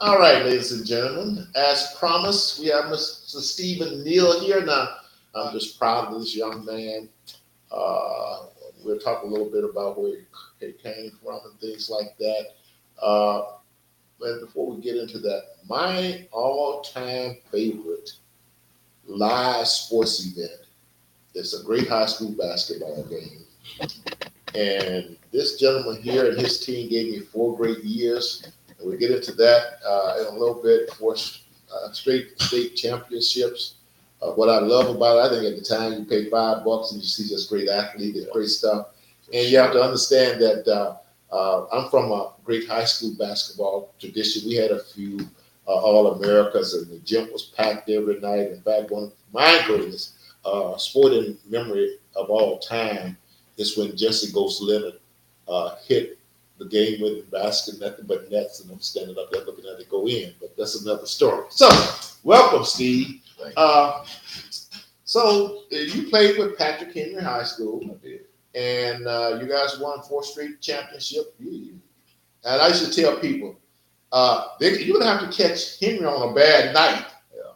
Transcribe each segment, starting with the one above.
All right, ladies and gentlemen, as promised, we have Mr. Stephen Neal here. Now, I'm just proud of this young man. Uh, we'll talk a little bit about where he came from and things like that. Uh, but before we get into that, my all time favorite live sports event is a great high school basketball game. And this gentleman here and his team gave me four great years. And we'll get into that uh, in a little bit for uh, straight state championships. Uh, what I love about it, I think at the time you pay five bucks and you see just great athlete and great stuff. And you have to understand that uh, uh, I'm from a great high school basketball tradition. We had a few uh, All Americas, and the gym was packed every night. In fact, one of my greatest uh, sporting memory of all time is when Jesse Ghost Leonard uh, hit the game with the basket, nothing but nets, and I'm standing up there looking at it go in. But that's another story. So, welcome, Steve. Thank Uh, so uh, you played with Patrick Henry High School, and uh, you guys won four straight championship. You- you- And I used to tell people, uh, they, you're gonna have to catch Henry on a bad night. Yeah.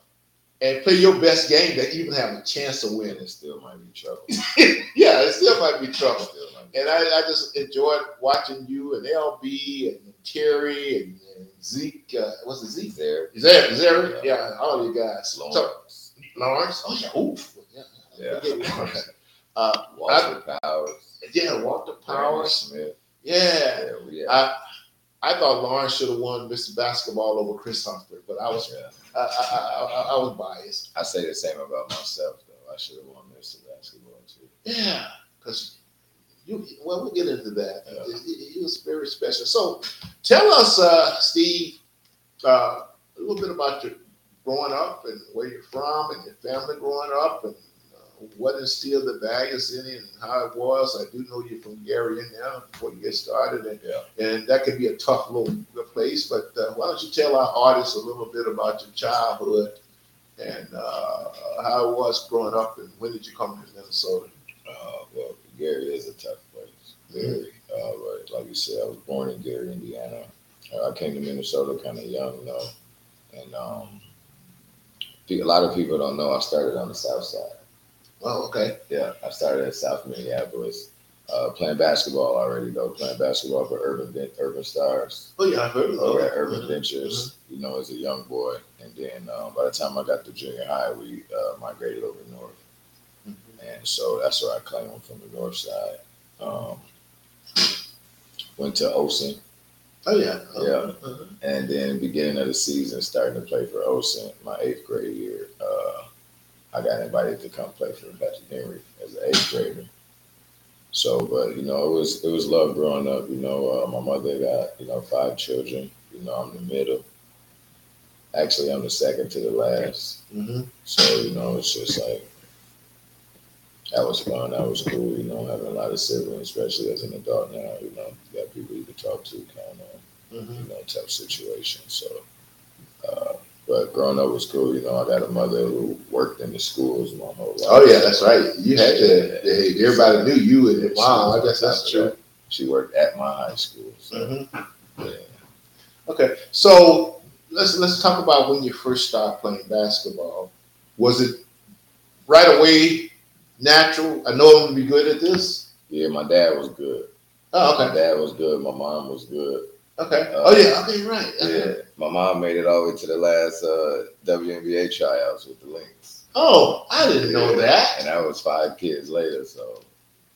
And play your best game to even have a chance to win. And it still might be trouble. yeah, it still might be trouble. Still might be- and I, I just enjoyed watching you and LB and Terry and, and Zeke. Uh, what's it, Zeke? He's there. Zary, Zary, yeah, all you guys. So, Lawrence, Lawrence, oh yeah, oof, yeah, Yeah. Forget Lawrence. Uh, Walter Powers, yeah, Walter Powers Powers, Smith. yeah. Yeah, we had. I I thought Lawrence should have won Mr. Basketball over Chris Humphrey, but I was yeah. I, I, I, I- I was biased. I say the same about myself though. I should have won Mr. Basketball too. Yeah, because you well, we'll get into that. Yeah. He, he was very special. So, tell us, uh, Steve, uh, a little bit about your growing up and where you're from and your family growing up and uh, what instilled the values in you and how it was. I do know you're from Gary, Indiana, before you get started, and Yeah. and that could be a tough little little place. But uh, why don't you tell our audience a little bit about your childhood and uh, how it was growing up and when did you come to Minnesota? Uh, well, Gary is a tough place. Very. Uh, but like you said, I was born in Gary, Indiana. Uh, I came to Minnesota kind of young though, and um, pe- a lot of people don't know I started on the South Side. Oh, okay. Yeah, I started at South Minneapolis, uh, playing basketball already though, playing basketball for Urban Ven- Urban Stars Oh yeah, I've heard of over that. at Urban Ventures. You know, as a young boy, and then uh, by the time I got to junior high, we uh, migrated over north, Mhm. and so that's where I claim I'm from the north side. Um, went to Olsen, Oh yeah. Yeah. and then beginning of the season, starting to play for Olsen, my eighth grade year, uh, I got invited to come play for Patrick Henry as an eighth grader. So, but you know, it was it was love growing up. You know, uh, my mother got you know five children. You know, I'm the middle. Actually, I'm the second to the last. hmm So you know, it's just like that was fun. That was cool. You know, having a lot of siblings, especially as an adult now. You know, you got people you can talk to, kind of hmm you know, tough situation. So, uh, but growing up was cool. You know, I got a mother who worked in the schools my whole life. Oh yeah, that's right. You had to. they- Everybody knew you, and wow, I guess that's true. She worked at my high school. So, Mhm. yeah. Okay, so let's let's talk about when you first started playing basketball. Was it right away natural? I know I'm gonna be good at this. yeah, my dad was good. Oh, My dad was good. My mom was good. okay, okay. Oh yeah, okay, right. Yeah, my mom made it all the way to the last uh, WNBA tryouts with the Lynx. Oh, I didn't know Yeah. that. And that was five kids later. So,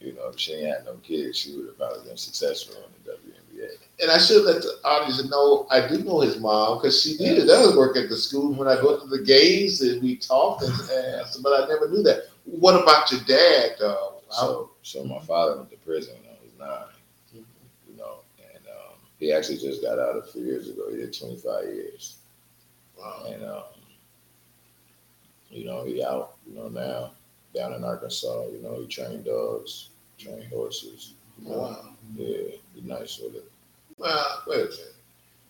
you know, if she ain't had no kids, she would have probably been successful in the WNBA. And I should let the audience know I do know his mom because she did it. That was work at the school when I go to the games and we talked, and, and but I never knew that. What about your dad? Uh, So, so my father went to prison when I was nine, you know, and um, he actually just got out a few years ago. He did 25 years, wow. and um, you know, he out, you know, now down in Arkansas. You know, he trained dogs, trained horses. You know? wow. Yeah, he nice with it. Well, wait a minute.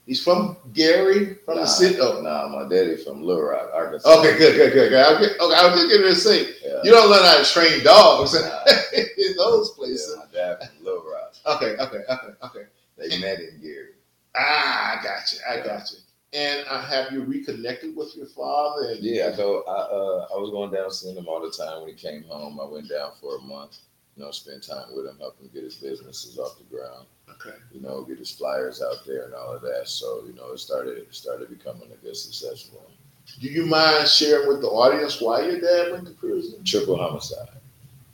He's from Gary, from Nah, the city. Oh. Nah, my daddy from Little Rock, Arkansas. Okay, good, good, good, good. I was, okay, I was just getting ready to say, Yeah. you don't learn how to train dogs Nah, in those yeah, places. my dad from Little Rock. Okay, okay, okay, okay. They met in Gary. Ah, I got you. I got you. And uh, have you reconnected with your father? And Yeah, I go. I uh, I was going down seeing him all the time when he came home. I went down for a month. You know, spend time with him, help him get his businesses off the ground. Okay. You know, get his flyers out there and all of that. So you know, it started it started becoming a good success for him. Do you mind sharing with the audience why your dad went to prison? Triple homicide.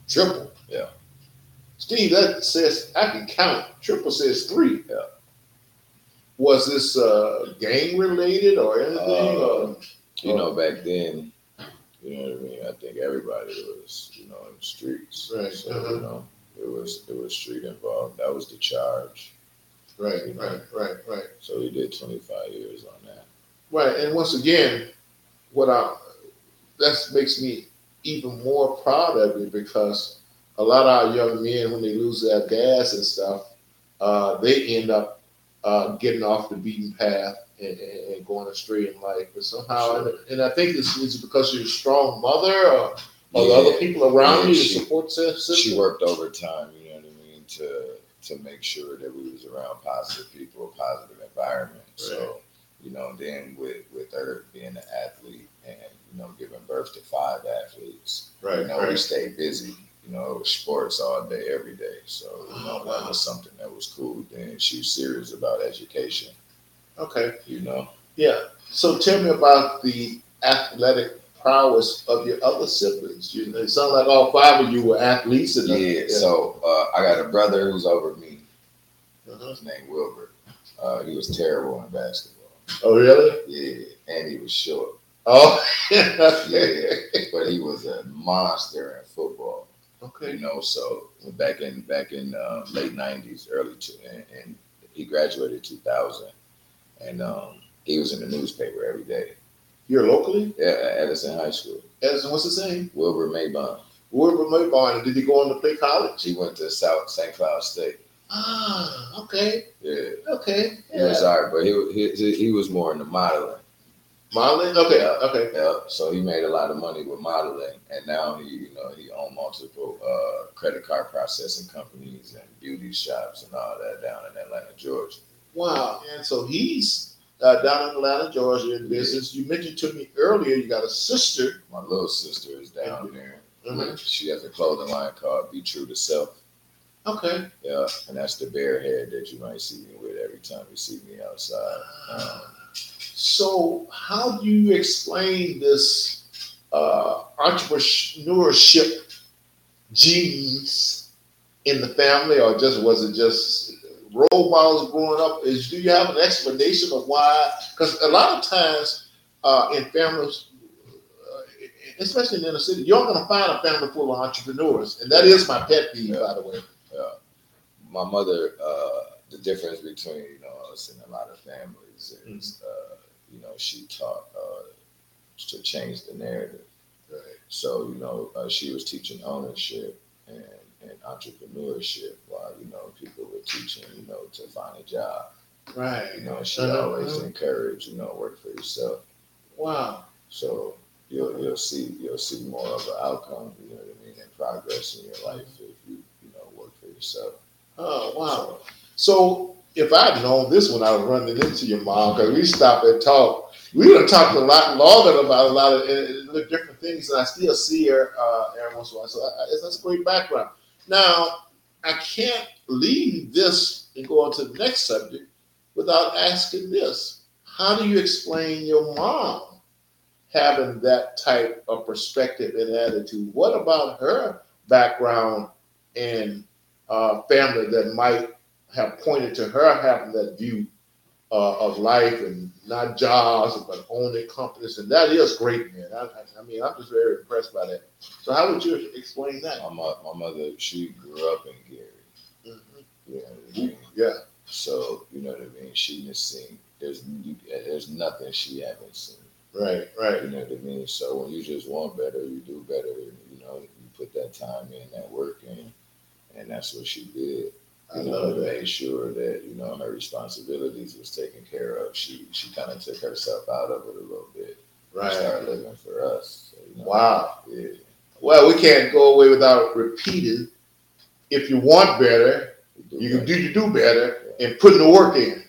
Triple. Yeah. Steve, that says I can count. Triple says three. Yeah. Was this uh, gang related or anything? Uh, or- You Oh. know, back then, you know what I mean. I think everybody was you know in the streets. Right, So uh-huh. you know, it was it was street involved. That was the charge. right, right, right, right, So he did twenty five years on that. right. And once again, what I that makes me even more proud of you because a lot of our young men, when they lose their gas and stuff, uh, they end up uh, getting off the beaten path and, and, and going astray in life. But somehow, and, and I think this is because you're a strong mother or, or the Yeah. other people around Yeah, you, she- your support system. she worked overtime, you know what I mean, to to make sure that we was around positive people, a positive environment. So, you know, then with with her being an athlete and you know giving birth to five athletes, right, you know, we stayed busy. You know, it was sports all day, every day. So, you Oh, know, that was something that was cool. Then she's serious about education. Okay. You know, Yeah. So tell me about the athletic prowess of your other siblings. You know, it sounds like all five of you were athletes. And yeah. So uh, I got a brother who's over me. Uh-huh. His name Wilbur. Uh, he was terrible in basketball. Oh, really? Yeah, and he was short. Oh, yeah, but he was a monster in football. You Okay. know, so back in back in uh, late '90s, early two, and, and he graduated 2000, and um, he was in the newspaper every day. You're locally? Yeah, at Edison High School. Edison, what's his name? Wilbur Maybon. Wilbur Maybarn. Did he go on to play college? He went to South St. Cloud State. Ah, okay. Yeah, Okay. he was all right, but he wa- he, he he was more into modeling. Marlon? Okay. Yeah. Okay. Yeah, so he made a lot of money with modeling, and now he, you know, he owned multiple uh, credit card processing companies and beauty shops and all that down in Atlanta, Georgia. Wow. And so he's uh, down in Atlanta, Georgia, in business. You mentioned to me earlier you got a sister. My little sister is down there. Mhm. She has a clothing line called Be True to Self. Okay. Yeah, and that's the bare head that you might see me with every time you see me outside. So, how do you explain this uh, entrepreneurship genes in the family, or just was it just role models growing up? Is do you have an explanation of why? Because a lot of times uh, in families, uh, especially in inner city, you're going to find a family full of entrepreneurs, and that is my pet peeve, by the way. Um, My mother, uh, the difference between you know us and a lot of families is, uh, you know, she taught uh, to change the narrative. So, you know, uh, she was teaching ownership and, and entrepreneurship while, you know, people were teaching, you know, to find a job. You Right. know, she Uh-huh. always encouraged, you know, work for yourself. Wow. So you'll, you'll see, you'll see more of an outcome, you know what I mean, and progress in your life if you, you know, work for yourself. Oh, wow. So if I'd known this when I was running into your mom, because we stopped and talked, we done talked a lot longer about a lot of uh, the different things, and I still see her uh, every once in a while. So I, I, that's a great background. Now I can't leave this and go on to the next subject without asking this: How do you explain your mom? Having that type of perspective and attitude. What about her background and uh, family that might have pointed to her having that view uh, of life and not jobs but owning companies, and that is great, man. I, I, I mean, I'm just very impressed by that. So, how would you explain that? My, mo- my mother, she grew up in Gary. Mhm. You know what I mean? Yeah, So, you know what I mean? She has seen, there's, there's nothing she haven't seen. right, right, You know what I mean? So when you just want better, you do better. You know, you put that time in, that work in, and that's what she did. I You know, love to that. make sure that you know her responsibilities was taken care of. She she kind of took herself out of it a little bit. right. Started living for us. So, you know, Wow. Yeah. Well, we can't go away without repeating. If you want better, we do you can that. do you do better and put in the work in.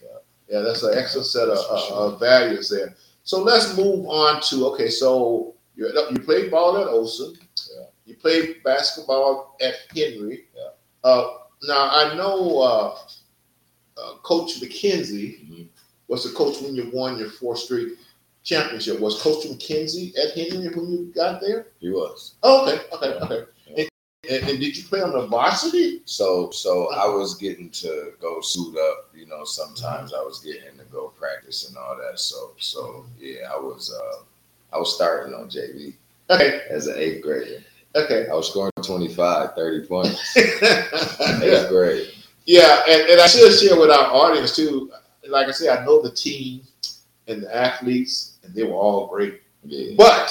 Yeah, that's an excellent set of, of, of values there. So let's move on to okay. So you you played ball at Olson. Yeah. You played basketball at Henry. Yeah. Uh, now I know uh, uh, Coach McKenzie was the coach when you won your fourth straight championship. Was Coach McKenzie at Henry when you got there? He was. Oh, okay, okay, okay. Yeah. And, and, and did you play on the varsity? So so I was getting to go suit up, you know, sometimes I was getting to go practice and all that. So so yeah, I was uh I was starting on JV Okay, as an eighth grader. okay. I was scoring 25, 30 points. yeah. Eighth grade. Yeah, and, and I should share with our audience too. Like I said, I know the team and the athletes, and they were all great. Yeah. But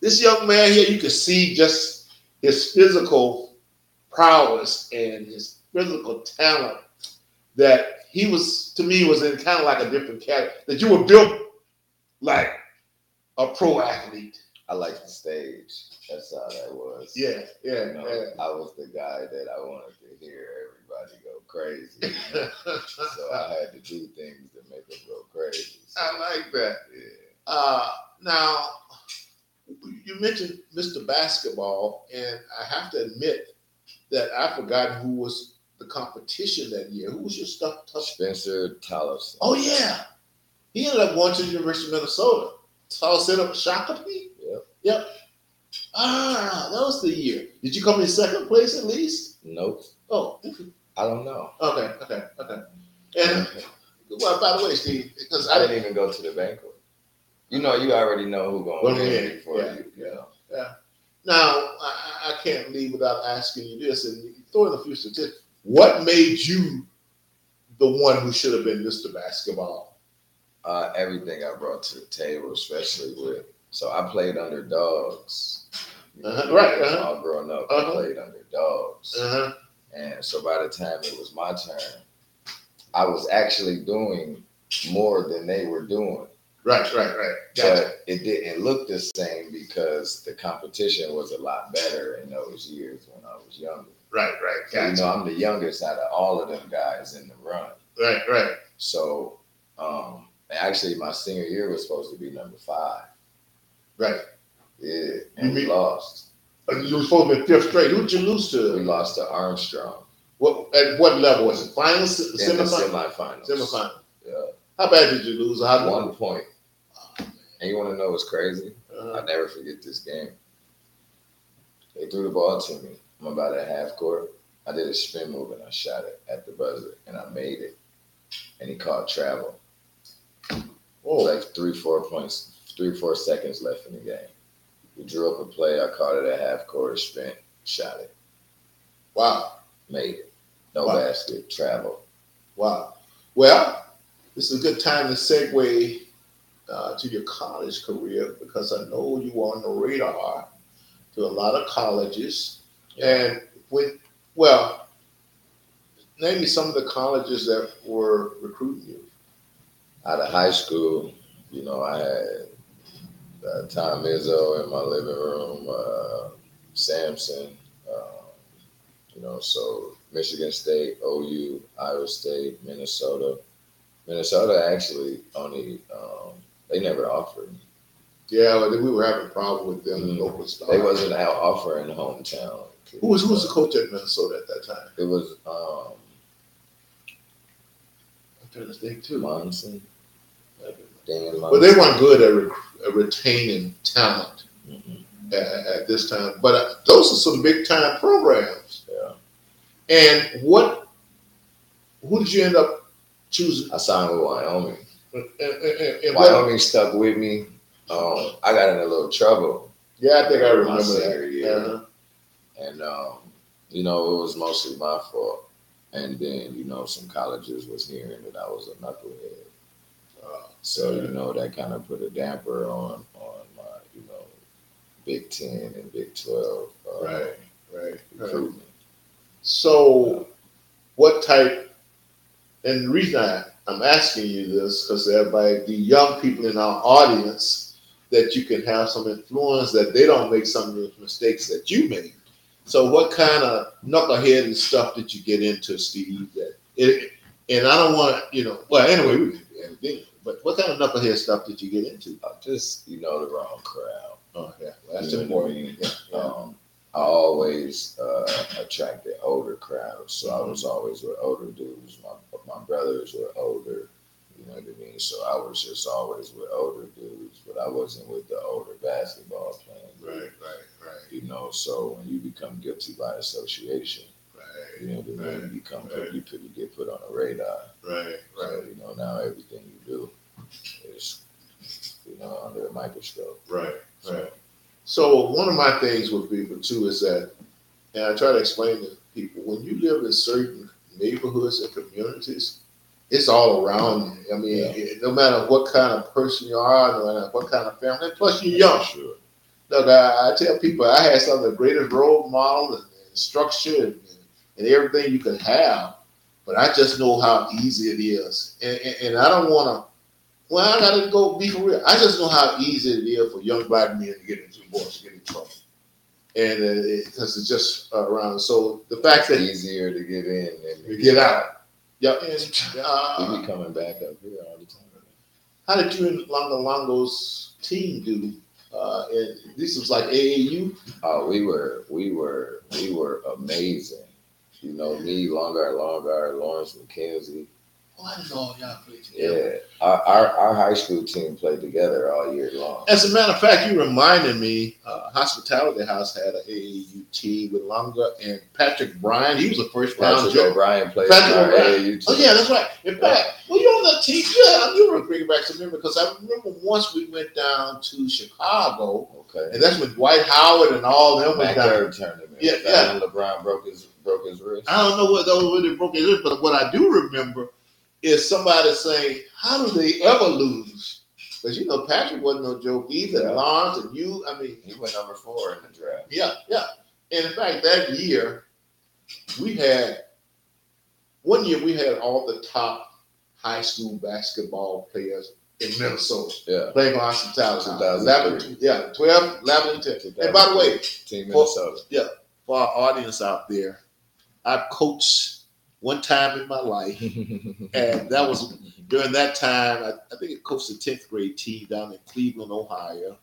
this young man here, you could see just his physical prowess and his physical talent. That he was to me was in kind of like a different category. That you were built like a pro athlete. I liked the stage. That's how that was. Yeah, yeah, You know, I was the guy that I wanted to hear everybody go crazy. you know? yeah. so I had to do things to make them go crazy. So, I like that. yeah. Uh, now, you mentioned Mr. Basketball, and I have to admit that I forgot who was the competition that year. Who was your stuff tough? Spencer Tolleson. Oh yeah, he ended up going to the University of Minnesota. So I set up Shakopee. Yep. Yep. Ah, that was the year. Did you come in second place at least? Nope. Oh, I don't know. okay, okay, okay. And well, by the way, Steve, because I I didn't. didn't even go to the banquet. You know, you already know who Well, going to win yeah, before yeah, you. You yeah. know. Now, I, I- I can't leave without asking you this, and you throw in a few statistics. What made you the one who should have been Mr. Basketball? Uh, everything I brought to the table, especially with. So I played underdogs. Uh-huh, right, uh-huh. All growing up, Uh-huh. I played underdogs. Uh-huh. And so by the time it was my turn, I was actually doing more than they were doing. Right, right, right. Gotcha. But it didn't look the same because the competition was a lot better in those years when I was younger. Right, right. You Gotcha. know, I'm the youngest out of all of them guys in the run. Right, right. So um actually my senior year was supposed to be number five. Right. Yeah. And we Mhm. lost. Uh, You were supposed to be fifth grade. Who'd you lose We to? lost to Armstrong What at what level was it? Final se- in the semifinal? semifinals. Semifinal. Yeah. How bad did you lose? How One point. And you wanna know what's crazy? Uh, I'll never forget this game. They threw the ball to me. I'm about at half court. I did a spin move and I shot it at the buzzer and I made it. And he called travel. It was oh, like three, four points, three, four seconds left in the game. We drew up a play. I caught it at half court, spin, shot it, wow, made it. No Wow. basket, travel. wow. Well, this is a good time to segue uh, to your college career because I know you were on the radar to a lot of colleges. And with, well, name me some of the colleges that were recruiting you. Out of high school, you know, I had uh, Tom Izzo in my living room, uh, Samson, um, you know, so Michigan State, OU, Iowa State, Minnesota. Minnesota actually only, um, they never offered me. Yeah, well, we were having a problem with them Mhm. local stars. They wasn't out offering hometown. kids. Who was who was the coach at Minnesota at that time? It was um, I'm trying to think too. Monson, Dan But Monson. they weren't good at, rec- at retaining talent Mhm. at, at this time. But uh, those are some big time programs. Yeah. And what? Who did you end up choosing? I signed with Wyoming. And, and- and- and what- Wyoming stuck with me. Um, I got in a little trouble, Yeah, I think I My remember senior that. year. Uh-huh. and um, you know it was mostly my fault. And then you know some colleges was hearing that I was a knucklehead, Uh, so you know that kind of put a damper on on my you know Big Ten and Big Twelve uh, Right, right, right. recruitment. So, what type? And the reason I, I'm asking you this because everybody, the young people in our audience, that you can have some influence that they don't make some of the mistakes that you made. So, what kind of knucklehead and stuff did you get into, Steve? That it, And I don't want to, you know, well, anyway, we didn't do anything. But what kind of knucklehead stuff did you get into? I just you know the wrong crowd. Oh, yeah. You Well, that's know what I important. mean? Yeah. yeah. Um, I always uh, attracted older crowds, so Mm-hmm. I was always with older dudes. My my brothers were older, you know what I mean. So I was just always with older dudes, but I wasn't with the older basketball playing. Right, group, right, right, You know, so when you become guilty by association, right, you know what I mean. Right, You become right. you, put, you get put on the radar. right, So, you know, now everything you do is, you know, under a microscope. right, So, right. So one of my things with people too is that, and I try to explain to people, when you live in certain neighborhoods and communities, it's all around you. I mean, Yeah. it- no matter what kind of person you are, no matter what kind of family, plus you're young. Sure. Look, I, I tell people I had some of the greatest role models and, and structure and, and everything you could have, but I just know how easy it is, and, and, and I don't want to. Well, I gotta go be for real. I just know how easy it is for young black men to get into divorce, get in trouble, and because it, 'cause it's just around. So the fact that Easier to get in than you get out, yeah. And We uh, be coming back up here all the time. how did you and Longo Longo's team do? Uh, and this was like AAU. Oh, we were, we were, we were amazing. You know, me, Longar, Longar, Lawrence McKenzie. Oh, I didn't know y'all played together. Yeah, our, our our high school team played together all year long. As a matter of fact, you reminded me, uh, Hospitality House had an AAU team with Longa and Patrick Bryan. He was a first round Patrick judge. O'Brien played for Patrick our O'Brien. AAU team. Oh yeah, that's right. In fact, were you on that team? Yeah, you were bringing back some memories because I remember once we went down to Chicago, Okay. and that's when Dwight Howard and all them went Back down. third tournament. Yeah, Is that when LeBron broke his broke his wrist. I don't know what those really broke it, in, but what I do remember is somebody saying, "How do they ever lose?" Because you know Patrick wasn't no joke either. Yeah. Lawrence and you, I mean, He went number four in the draft. Yeah, yeah. And in fact, that year we had one year we had all the top high school basketball players in Minnesota Yeah. playing for Austin Towers. 2003. Yeah, 12, 11, and 10. And by the way, Team Minnesota. for our audience out there, I've coached one time in my life, and that was during that time, I, I think I coached the 10th grade team down in Cleveland, Ohio.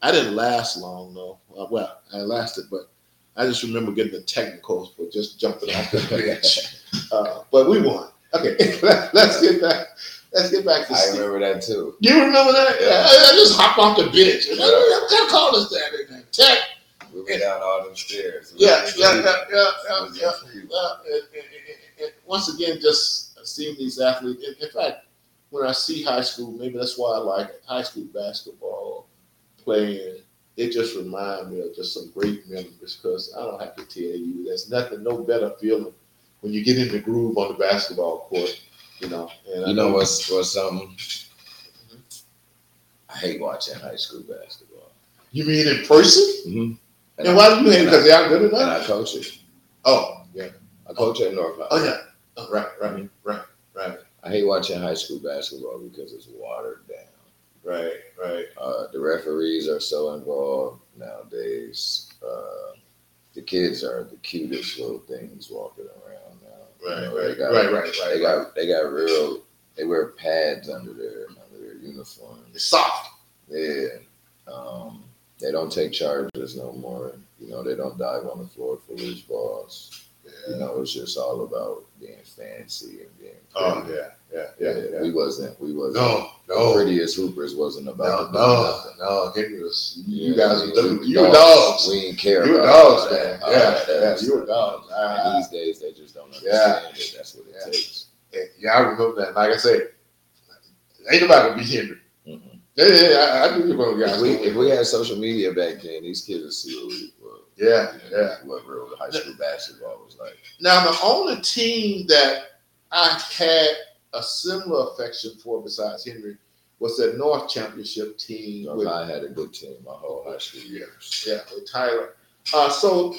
I didn't last long, though. Uh, well, I lasted, but I just remember getting the technicals for just jumping off the bench. Uh, but we won. Okay, let's get back. Let's get back to I Steve. remember that too. You remember that? Yeah. Yeah. I, I just hopped off the bench. Yeah. What kind of call is that? Tech. We went down all them stairs. We Yeah, was in yeah, Cleveland. yeah, yeah, We yeah, was in yeah. Cleveland. Well, it, it, it, it, it- once again, just seeing these athletes. In, in fact, when I see high school, maybe that's why I like high school basketball playing. It just reminds me of just some great memories because I don't have to tell you, there's nothing, no better feeling when you get in the groove on the basketball court, you know. Mm-hmm. And I You know what's what's something? I hate watching high school basketball. You mean in person? Mm-hmm. And, And I, why do you hate it? Because they aren't good and enough? I coach it. Oh, yeah. I coach at Northland. Oh, yeah. Oh, right, Mm-hmm. right, right, right, I hate watching high school basketball because it's watered down. right, right. Uh, the referees are so involved nowadays. Uh, the kids are the cutest little things walking around now. Right, You know, they right, got- right, right, They right, right. got they got real. They wear pads under their under their uniforms. It's soft. Yeah. Um, they don't take charges no more. You know, they don't dive on the floor for loose balls. You know, it's just all about being fancy and being. Oh pretty. yeah, yeah, yeah, yeah. We wasn't. We wasn't. No, The no, prettiest hoopers wasn't no, about. to do no, nothing. no. Henry was. Yeah, You guys we- were we dogs. You were dogs. We didn't care. You were about dogs, all man. that. All Yeah, that yeah. other You were stuff. dogs. I, And I, these days, they just don't understand Yeah. it. That's what it Yeah. takes. and- yeah, I remember that. Like I said, ain't nobody gonna beat Henry. Mhm. Yeah, yeah, yeah, I, I knew you were gonna If guys. we, if we had social media back then, these kids would see what we were. yeah, yeah. what real high school basketball was like. Now the only team that I had a similar affection for besides Henry was that North Championship team You with know, I had a good team my whole high school years. Yeah, with Tyler. Uh, so,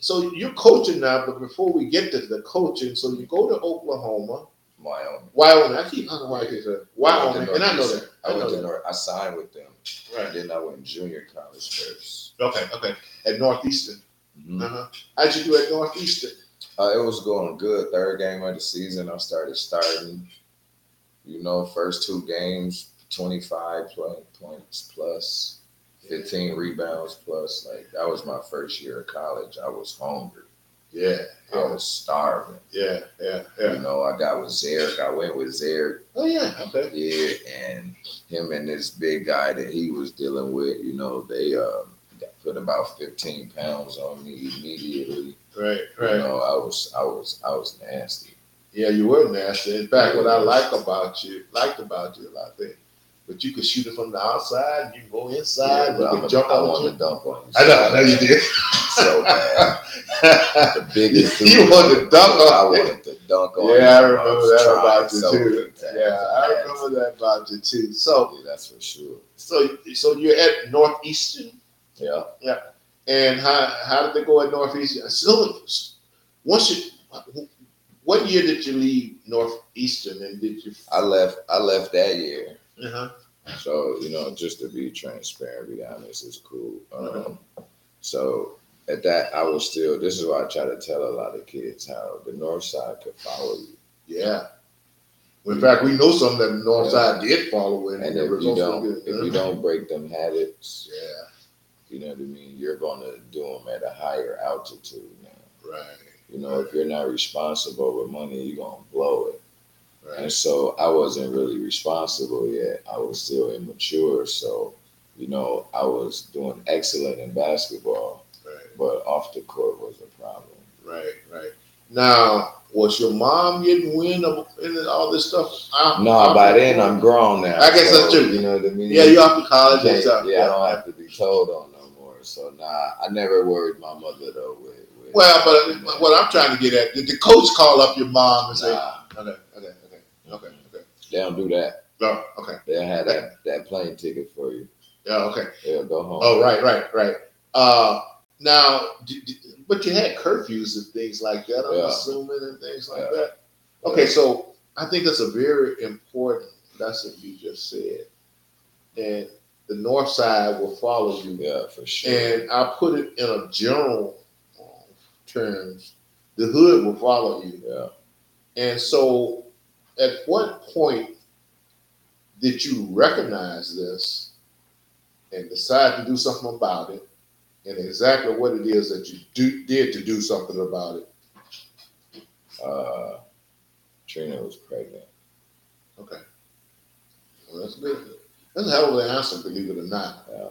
so you're coaching now, but before we get to the coaching, so you go to Oklahoma, Wyoming. Wyoming. I keep uh, on Wyoming, I went Wyoming, to and I know Northeastern. that. I, went know to that. North. I signed with them, and Right. then I went junior college 1st Mm. Okay. Okay. At Northeastern. Uh-huh. How'd you do at Northeastern? Uh, it was going good. Third game of the season, I started starting. You know, first two games, 25 pl- points plus, 15 rebounds plus. Like, that was my first year of college. I was hungry. Yeah, I Oh. was starving. yeah, yeah, You yeah. know, I got with Zarek. I went with Zarek. Oh yeah, I bet. Yeah, and him and this big guy that he was dealing with, you know, they um, put about 15 pounds on me immediately. Right, You right. know, I was, I was, I was nasty. Yeah, you were nasty. In fact, what I like about you, liked about you a lot there, but you could shoot it from the outside. You can go inside. but you I'm can a, jump I on want it. to dump on you. I know, I know you did. So bad. The biggest. You dude- wanted to dunk on I me. wanted to dunk on. yeah, I him. remember was that trying about you so too. bad. Yeah, I remember that about you too. So, Yeah, that's for sure. so, so you're at Northeastern, Yeah. and how how did they go at Northeastern? So, once you, what year did you leave Northeastern, and did you? I left. I left that year. Uh-huh. So, you know, just to be transparent, be honest, it's cool. Um, so at that, I was still, this is why I try to tell a lot of kids how the North Side could follow you. Yeah. In fact, we know something that the North Yeah. Side did follow in. And if the you results were don't, good. if you don't break them habits, Yeah, you know what I mean? You're going to do them at a higher altitude now. right, You know, if you're not responsible with money, you're going to blow it. And right. so I wasn't really responsible yet. I was still immature. So, you know, I was doing excellent in basketball. Right, but off the court was a problem. right, right. Now, was your mom getting wind of any, all this stuff? I- No, I- by then I'm grown now. I guess that's true. You know what I mean? Yeah, you're off to college yeah, and stuff. yeah, I don't have to be told on no more. So nah, I never worried my mother though with. with Well, but what I'm trying to get at, did the coach call up your mom and say, Nah, okay, okay, okay, okay, okay, they don't do that. no, okay, They'll have that, that plane ticket for you. yeah, okay. They'll go home. Oh, right, right, right. Uh, now, d d but you had curfews and things like that. I'm Yeah. assuming and things like Yeah. that. Okay, so I think that's a very important lesson you just said, and the North Side will follow you. Yeah, for sure. And I put it in a general uh, terms: the hood will follow you. yeah. And so, at what point did you recognize this and decide to do something about it? And exactly what it is that you do, did to do something about it? Uh, Trina was pregnant. Okay. Well, that's good. That's a hell of an answer, believe it or not. Yeah.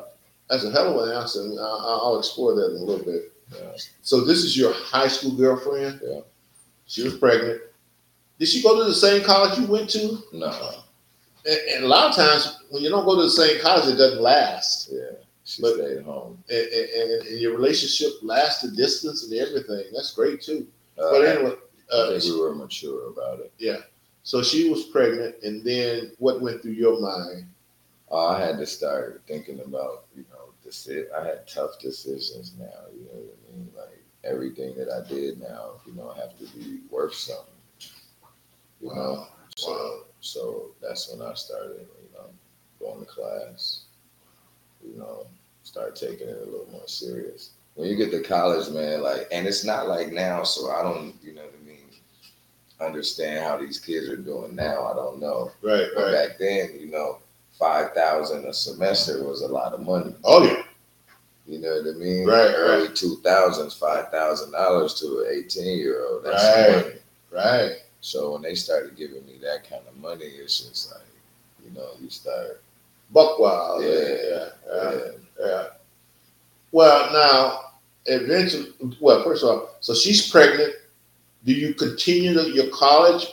That's a hell of an answer. and I, I- I'll explore that in a little bit. Yeah. So this is your high school girlfriend. Yeah. She was pregnant. Did she go to the same college you went to? No. And, and a lot of times, when you don't go to the same college, it doesn't last. Yeah. She But- stayed home. And, and, and- and your relationship lasts the distance and everything. That's great too. Uh, But anyway, I uh, think we were mature about it. so she was pregnant, and then what went through your mind? Oh, I had to start thinking about, you know, deci- I had tough decisions now, you know what I mean? Like everything that I did now, you know, have to be worth something. You know? So Wow. so that's when I started, you know, going to class, you know, start taking it a little more serious. When you get to college, man, like and it's not like now, so I don't, you know what I mean, understand how these kids are doing now. I don't know. Uh, Right, But back then, you know, five thousand a semester was a lot of money. Oh yeah, You know what I mean? Right, Early two thousands, five thousand dollars to an eighteen year old. That's Right. money. right. So when they started giving me that kind of money, it's just like, you know, you start. Buck wild. Yeah, yeah, yeah. yeah. yeah. Well, now eventually, well, first of all, so she's pregnant. Do you continue to- your college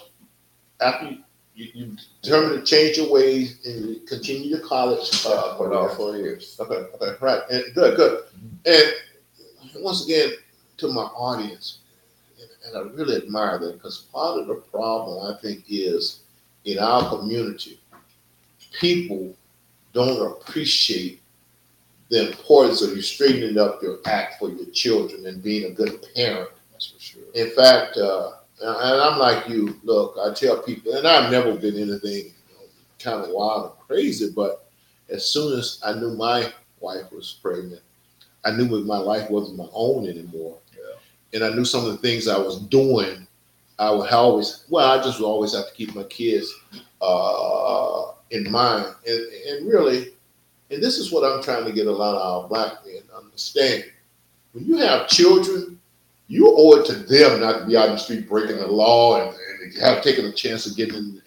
after you, you, you determine to change your ways and you continue your college? Uh, for program? about four years. Okay, okay, right, and good, good. And once again, to my audience, and, and I really admire that because part of the problem I think is in our community, people don't appreciate the importance of you straightening up your act for your children and being a good parent. That's for sure. In fact, uh, and and I'm like you. Look, I tell people, and I've never been anything kind of wild and crazy, but as soon as I knew my wife was pregnant, I knew that my life wasn't my own anymore. Yeah. and I knew some of the things I was doing, I would always well, I just would always have to keep my kids uh, in mind, and and really, and this is what I'm trying to get a lot of our black men to understand: when you have children, you owe it to them not to be out in the street breaking the law and, and have taken a chance of getting in,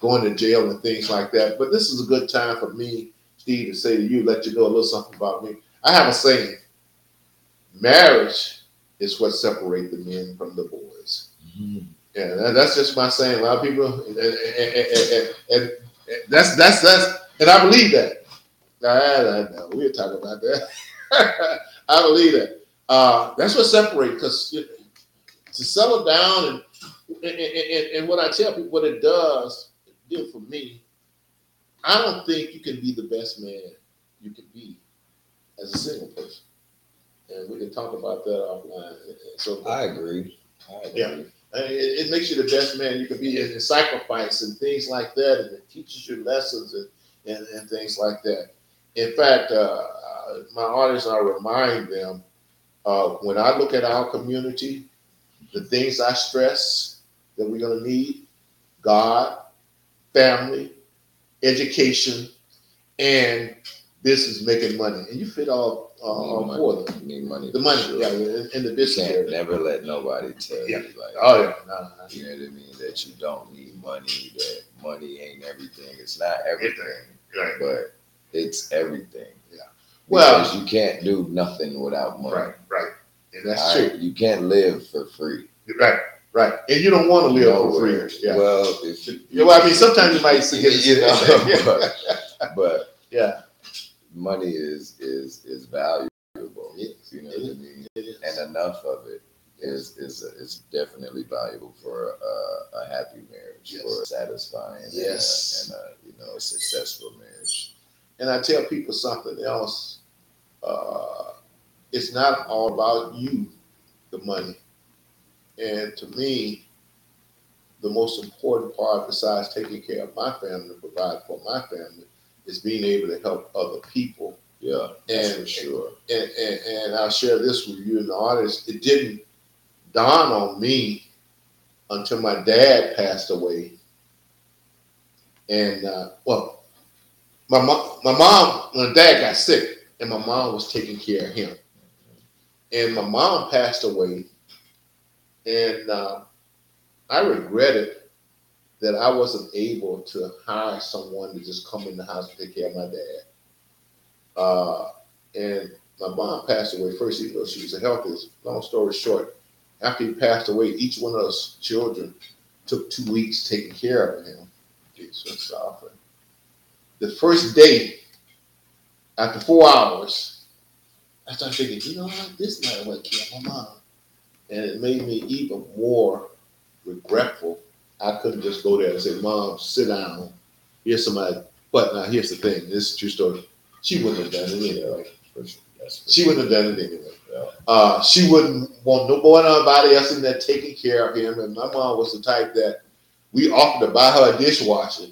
going to jail and things like that. But this is a good time for me, Steve, to say to you, let you know a little something about me. I have a saying: marriage is what separate the men from the boys. Yeah, that, that's just my saying. A lot of people, and, and, and, and, and that's that's that's, and I believe that. I, I know we were talking about that. I believe that. Uh, that's what separates because to settle down and, and, and and what I tell people, what it does, it did for me. I don't think you can be the best man you can be as a single person, and we can talk about that offline. So I agree. I agree. Yeah. I mean, it, it makes you the best man you can be and, and sacrifice and things like that and it teaches you lessons and, and, and things like that in fact uh, uh, my audience i remind them uh, when i look at our community the things i stress that we're going to need god family education and business making money and you fit all uh, all Need four of them money. Need money. the for money sure. yeah in, in the You business can't area never let nobody tell Yeah. you like oh yeah no, no, no. you know what I mean that you don't need money that money ain't everything it's not everything Right. but it's everything Yeah. Well- Because you can't do nothing without money Right, right. And that's All right? you can't live for free true. Right, right. And you don't want to live for three years. Yeah. well if you, you know what I mean? Sometimes you might forget you know Yeah. but, but Yeah. money is is is valuable you know what I mean It is. and enough of it is is is definitely valuable for a, a happy marriage, Yes. for a satisfying, and a- Yes. and a, you know a successful marriage. And I tell people something else. Uh, it's not all about you, the money. And to me, the most important part, besides taking care of my family, provide for my family, is being able to help other people Yeah, that's for And- sure. and, and, and I'll share this with you and the audience. It didn't dawn on me until my dad passed away. And uh, well, my mom, my mom, my dad got sick, and my mom was taking care of him. And my mom passed away, and uh, I regretted that I wasn't able to hire someone to just come in the house and take care of my dad. Uh, and my mom passed away first, even though she was the healthiest. Long story short, after he passed away, each one of us children took two weeks taking care of him. Jesus, sovereign. The first day, after four hours, I started thinking, you know what, this might have what killed my mom. And it made me even more regretful. I couldn't just go there and say, Mom, sit down. Here's somebody. But now here's the thing, this is a true story. She wouldn't have done it anyway. For sure. That's for She sure. wouldn't have done it anyway. Yeah. Uh, she wouldn't want no boy, nobody else in there taking care of him. And my mom was the type that we offered to buy her a dishwasher,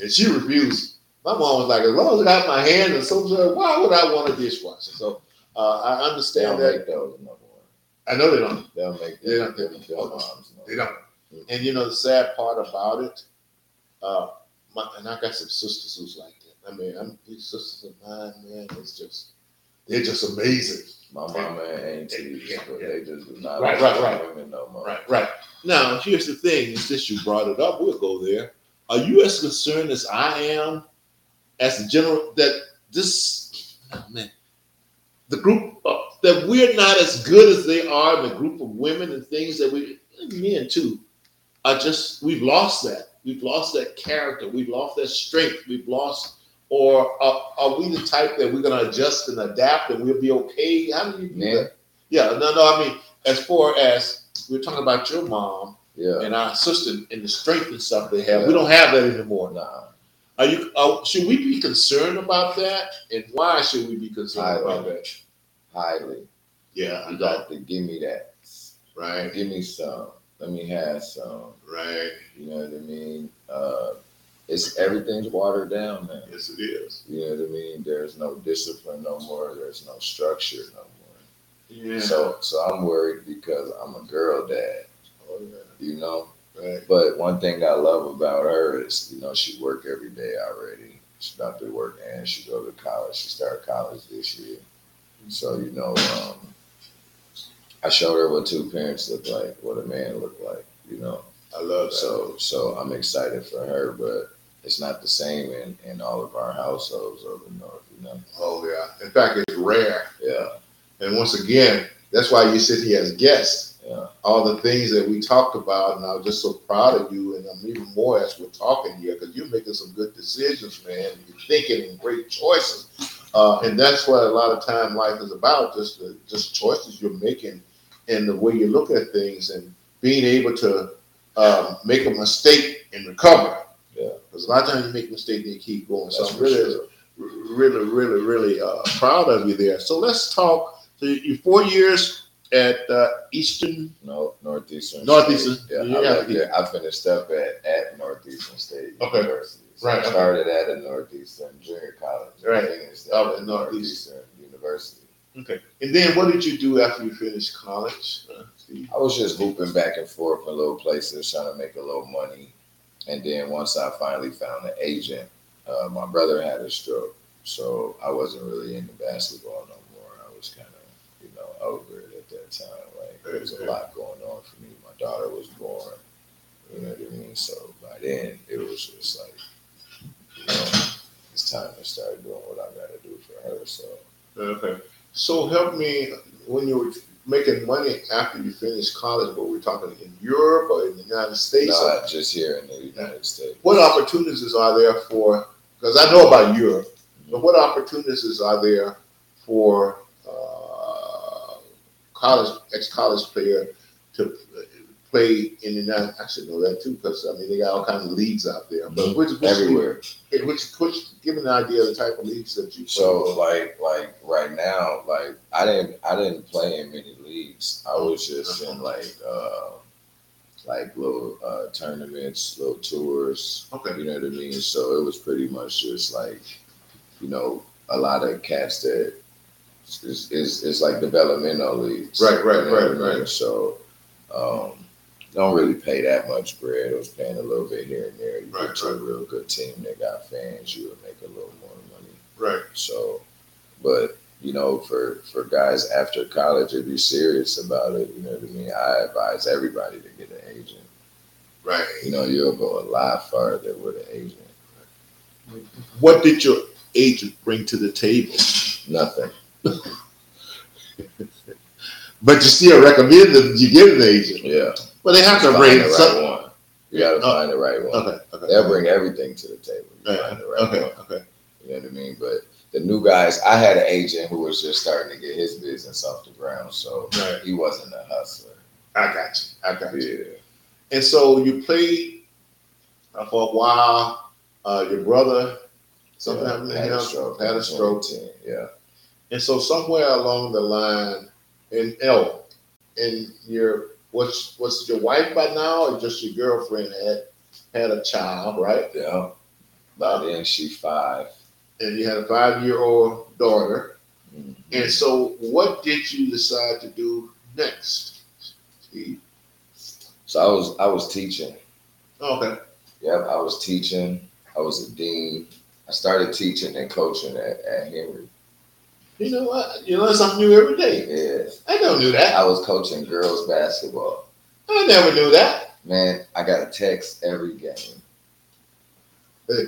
and she refused. My mom was like, as long as I got my hand and so forth, why would I want a dishwasher? So uh, I They don't understand that. make those no more. I know they don't. They don't make They don't- them- them film moms no They more. don't. And you know the sad part about it, uh, my, and I got some sisters who's like that. I mean, I'm, these sisters of mine, man, it's just they're just amazing. My mama and aunties, Yeah, but yeah. they just do not Right, like right, right. women no more. Right, right. Now, here's the thing, is this you brought it up, we'll go there. Are you as concerned as I am as the general that this oh, man the group of, that we're not as good as they are in the group of women and things that we and men too are just we've lost that. We've lost that character, we've lost that strength, we've lost or are, are we the type that we're gonna adjust and adapt and we'll be okay? How do you do Yeah. that? Yeah, no, no, I mean as far as we're talking about your mom Yeah. and our sister and the strength and stuff they have, we don't have that anymore. Nah. Are you? Are, should we be concerned about that, and why should we be concerned Highly. about that? Highly. Yeah, I know. You got to give me that. Right, Give me some. Let me have some. right. You know what I mean? Uh, it's everything's watered down now. Yes, it is. You know what I mean? There's no discipline no more. There's no structure no more. Yeah. So so I'm worried because I'm a girl dad, Oh, yeah. you know. Right. But one thing I love about her is, you know, she work every day already. She about to work and she go to college. She started college this year. So, you know, um, I showed her what two parents look like, what a man look like, you know. I love that. So so I'm excited for her, but it's not the same in, in all of our households over north, you know. oh yeah. In fact, it's rare. Yeah, And once again, that's why you sit here as guests. yeah, All the things that we talked about, and I'm just so proud of you, and I'm even more as we're talking here because you're making some good decisions, man. You're thinking and great choices, uh, and that's what a lot of time life is about. Just the just choices you're making, and the way you look at things, and being able to um, make a mistake and recover. Yeah. because a lot of times you make a mistake and you keep going. that's so I'm for really sure. really, really, really uh, proud of you there. So let's talk. So you, you four years at uh, Eastern. No, Northeastern. Northeastern. State. Yeah, Yeah. I, went there. I finished up at, at Northeastern State Okay. University. So Right, I okay. started at a Northeastern junior college. and Right. Finished Up at at a Northeast. Northeastern University. Okay. And then what did you do after you finished college? Uh, Steve? I was just hooping back and forth in little places, trying to make a little money. And then once I finally found an agent, uh, my brother had a stroke, so I wasn't really into basketball no more. I was kind of, you know, over it at that time. Like there was a lot going on for me. My daughter was born. You know what I mean? So by then, it was just like, you know, it's time to start doing what I got to do for her. So Okay. So help me when you were making money after you finished college. But we're talking in Europe or in the United States. not just here in the United States. What opportunities are there for? Because I know about Europe, but what opportunities are there for uh, college ex-college player to play in the United? I should know that too, because I mean they got all kinds of leagues out there. But which, which Everywhere. league- which, which, give an idea of the type of leagues that you. play. So like like right now, like I didn't I didn't play in many leagues. I was just in like uh like little uh tournaments, little tours, okay, you know what I mean? So it was pretty much just like, you know, a lot of cats that is is, is like developmental leagues. Right, right, You know what I right, mean? right. So um don't really pay that much bread. I was paying a little bit here and there. You Right, get to a right. real good team that got fans, you would make a little more money. right, So, but you know, for for guys after college, if you're serious about it, you know what I mean. I advise everybody to get an agent. right. You know, you'll go a lot farther with an agent. What did your agent bring to the table? Nothing. But you still recommend that you get an agent. Yeah, Well, they have to Find bring the right something. one. You gotta Oh. find the right one. Okay, okay, They'll bring everything to the table. You Yeah, find the right okay, one. okay. You know what I mean? But the new guys, I had an agent who was just starting to get his business off the ground, so Right. he wasn't a hustler. I got you. I got you. Yeah. And so you played uh, for a while. Uh, your brother, something Yeah, happened to had him, a stroke. had a stroke. Yeah. And so somewhere along the line, in L, and your what's what's your wife by now, or just your girlfriend had had a child, right? Yeah. By then she five. And you had a five year old daughter. And And so, what did you decide to do next? Steve? so I was I was teaching. Okay. Yep, I was teaching. I was a dean. I started teaching and coaching at, at Henry. You know what? You learn something new every day. Yeah. I never knew that. I was coaching girls basketball. I never knew that. Man, I got a text every game,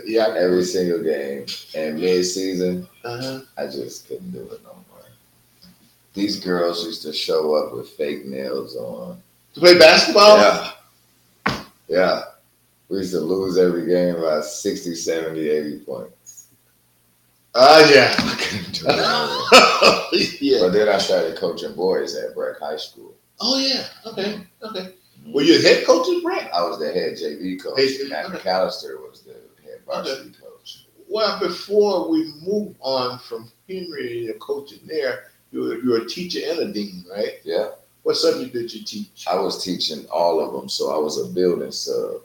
yeah. I- every single game. And mid season, Uh-huh. I just couldn't do it no more. These girls used to show up with fake nails on. To play basketball? Yeah. Yeah. We used to lose every game by 60, 70, 80 points. Uh, yeah. I couldn't do it anymore. yeah. But then I started coaching boys at Breck High School. Oh, yeah. Okay. Okay. Were you a head coach at Brett? I was the head JV coach. Hey, Matt okay. McAllister was the head varsity coach. Well, before we move on from Henry and your coaching there, you were, you were a teacher and a dean, right? Yeah. What subject did you teach? I was teaching all of them, so I was a building sub.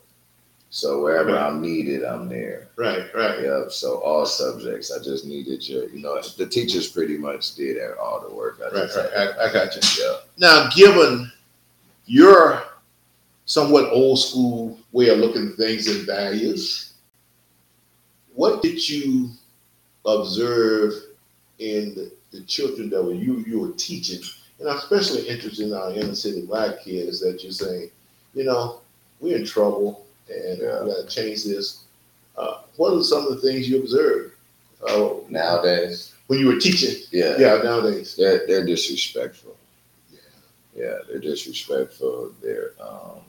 So wherever Right. I'm needed, I'm there. Right, right. Yep. So all subjects, I just needed your, you know, the teachers pretty much did all the work. I Right, just right. had- I, I got you. Yeah. Now, given your somewhat old school way of looking at things and values, what did you observe in the, the children that were you you were teaching? And I'm especially interested in our inner city black kids that you're saying, you know, we're in trouble and we gotta change this. Uh, what are some of the things you observed uh, Oh, Nowadays, when you were teaching? yeah, Yeah, nowadays. They're, they're disrespectful. Yeah. Yeah, they're disrespectful. They're um,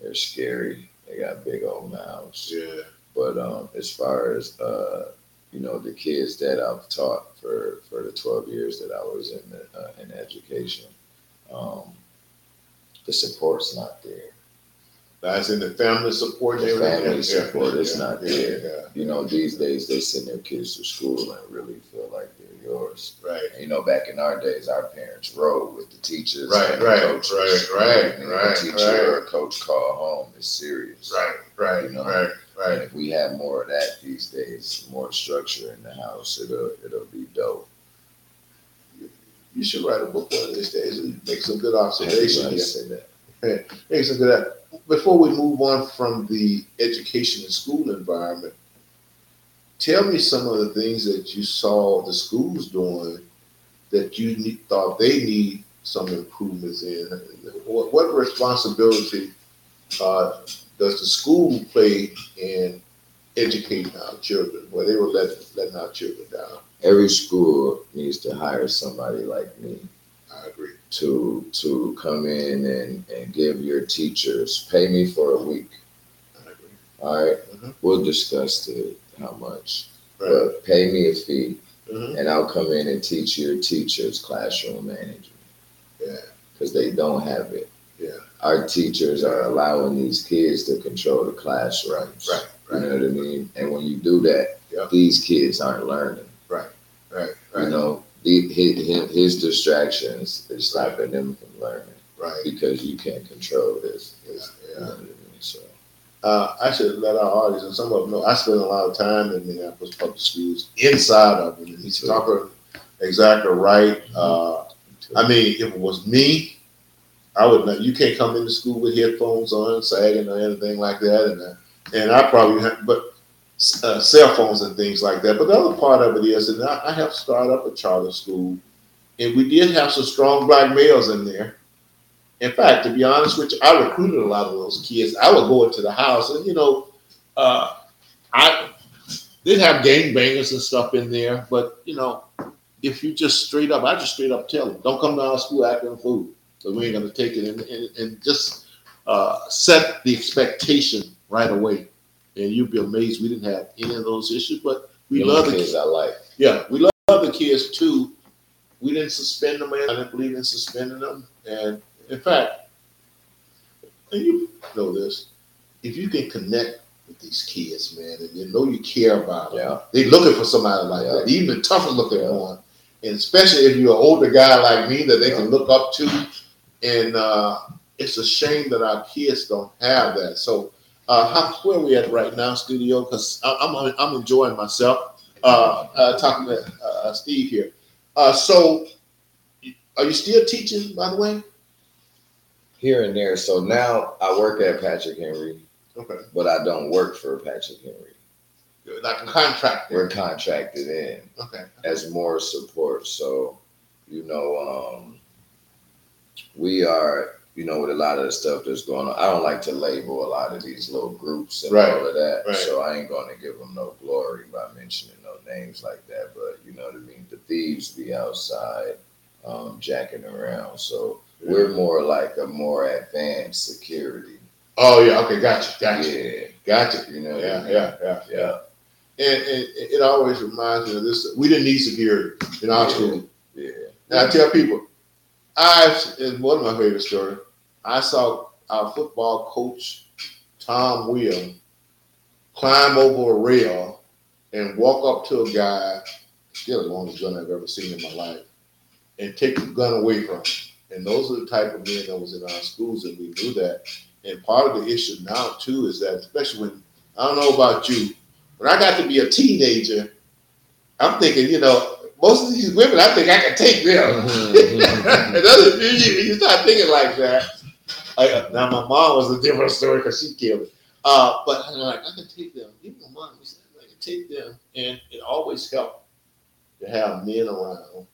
they're scary. They got big old mouths. Yeah. But um, as far as uh, you know, the kids that I've taught for for the twelve years that I was in the, uh, in education, um, the support's not there. That's in the family support. The they were- family yeah, support is not there. yeah, You know, these days they send their kids to school and really feel like they're yours. Right. You know, back in our days, our parents rode with the teachers, Right, and the right, coaches. right, right, And if right, A teacher right. or a coach call home is serious. Right. Right. Right. And Right. if we have more of that these days, more structure in the house, it'll it'll be dope. You should write a book one of these days and make some good Everybody observations. say that. Make some good. Before we move on from the education and school environment, tell me some of the things that you saw the schools doing that you need, thought they need some improvements in. What, what responsibility uh, does the school play in educating our children? Well, they were letting, letting our children down. Every school needs to hire somebody like me I agree. to to come in and, and give your teachers pay me for a week. I agree. All right? Mhm. We'll discuss the how much. Right. But pay me a fee Mhm. and I'll come in and teach your teachers classroom management. Yeah. Because they don't have it. Yeah. Our teachers are allowing these kids to control the classrooms. Right. You Right. know what I mean? And when you do that, Yep. these kids aren't learning. Right. You Right. know, the- his, his, his distractions is stopping them from learning Right. because you can't control this. this- you know Yeah. what I mean? So, Uh, I should let our audience and some of them know I spend a lot of time in Minneapolis public schools inside of them. And he's talking exactly right. Uh, I mean, if it was me, I would not. You can't come into school with headphones on, sagging or anything like that. And uh, and I probably have, but uh, cell phones and things like that. But the other part of it is, and I, I have started up a charter school, and we did have some strong black males in there. In fact, to be honest with you, I recruited a lot of those kids. I would go into the house and you know, uh, I did have gang bangers and stuff in there, but you know, if you just straight up, I just straight up tell them, don't come to our school acting a fool, because we ain't gonna take it, and, and, and just uh, set the expectation right away, and you'd be amazed. We didn't have any of those issues, but we them love the kids I like. yeah, we love the kids too. We didn't suspend them. I didn't believe in suspending them. And in fact, and you know this, if you can connect with these kids, man, and they know you care about them, Yeah. they looking for somebody like Yeah. that, even the toughest looking Yeah. one. And especially if you're an older guy like me that they Yeah. can look up to. And uh, it's a shame that our kids don't have that. So, uh, how, where we at right now, studio? Because I'm, I'm I'm enjoying myself uh, uh, talking to uh, Steve here. Uh, so, are you still teaching, by the way? Here and there. So now I work at Patrick Henry, Okay. but I don't work for Patrick Henry. Like a contractor. We're contracted in. Okay. as more support. So, you know, um, we are, you know, with a lot of the stuff that's going on, I don't like to label a lot of these little groups and Right, all of that. right. So I ain't going to give them no glory by mentioning no names like that. But you know what I mean? The thieves be outside um, jacking around. So we're more like a more advanced security. Oh yeah. Okay. Gotcha. Gotcha. Yeah. Gotcha. You know what I Yeah. mean? Yeah. Yeah. Yeah. And, and it always reminds me of this. We didn't need security in our Yeah. school. Yeah. And I tell people, I is one of my favorite stories. I saw our football coach Tom Will climb over a rail and walk up to a guy, still the longest gun I've ever seen in my life, and take the gun away from him. And those are the type of men that was in our schools, and we knew that. And part of the issue now too is that, especially when I don't know about you, when I got to be a teenager, I'm thinking, you know, most of these women, I think I can take them. Mm-hmm. and other you, you start thinking like that. I- now my mom was a different story because she killed it. Uh, but I'm like, I can take them. Even my mom was like, I can take them, and it always helped to have men around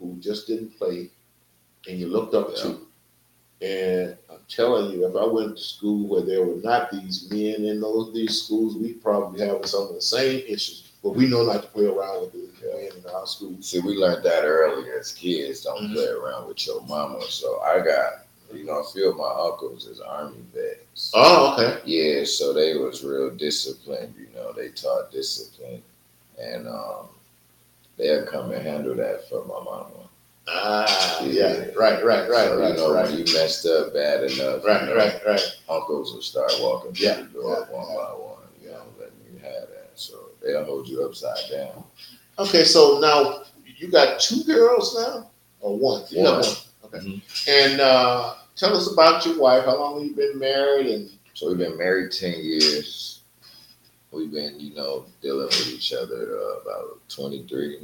who just didn't play, and you looked up to. And I'm telling you, if I went to school where there were not these men in those these schools, we probably have some of the same issues. But we know not to play around with the men in our schools. See, we learned that early as kids. Don't Mhm. play around with your mama. So I got, you know, a few of my uncles is army vets. Oh, okay. Yeah, so they was real disciplined. You know, they taught discipline, and um, they'll come and handle that for my mama. Ah, yeah. Yeah. Right, right, right, so, right, You know, right, when you messed up bad enough, you right, know, right, right. uncles will start walking through Yeah, the door yeah, one yeah. by one. You know, letting you have that. So they'll hold you upside down. Okay, so now you got two girls now, or one? You got One. Mm-hmm. one. Okay. And uh, tell us about your wife. How long have you been married? And So we've been married ten years. We've been, you know, dealing with each other uh, about twenty three.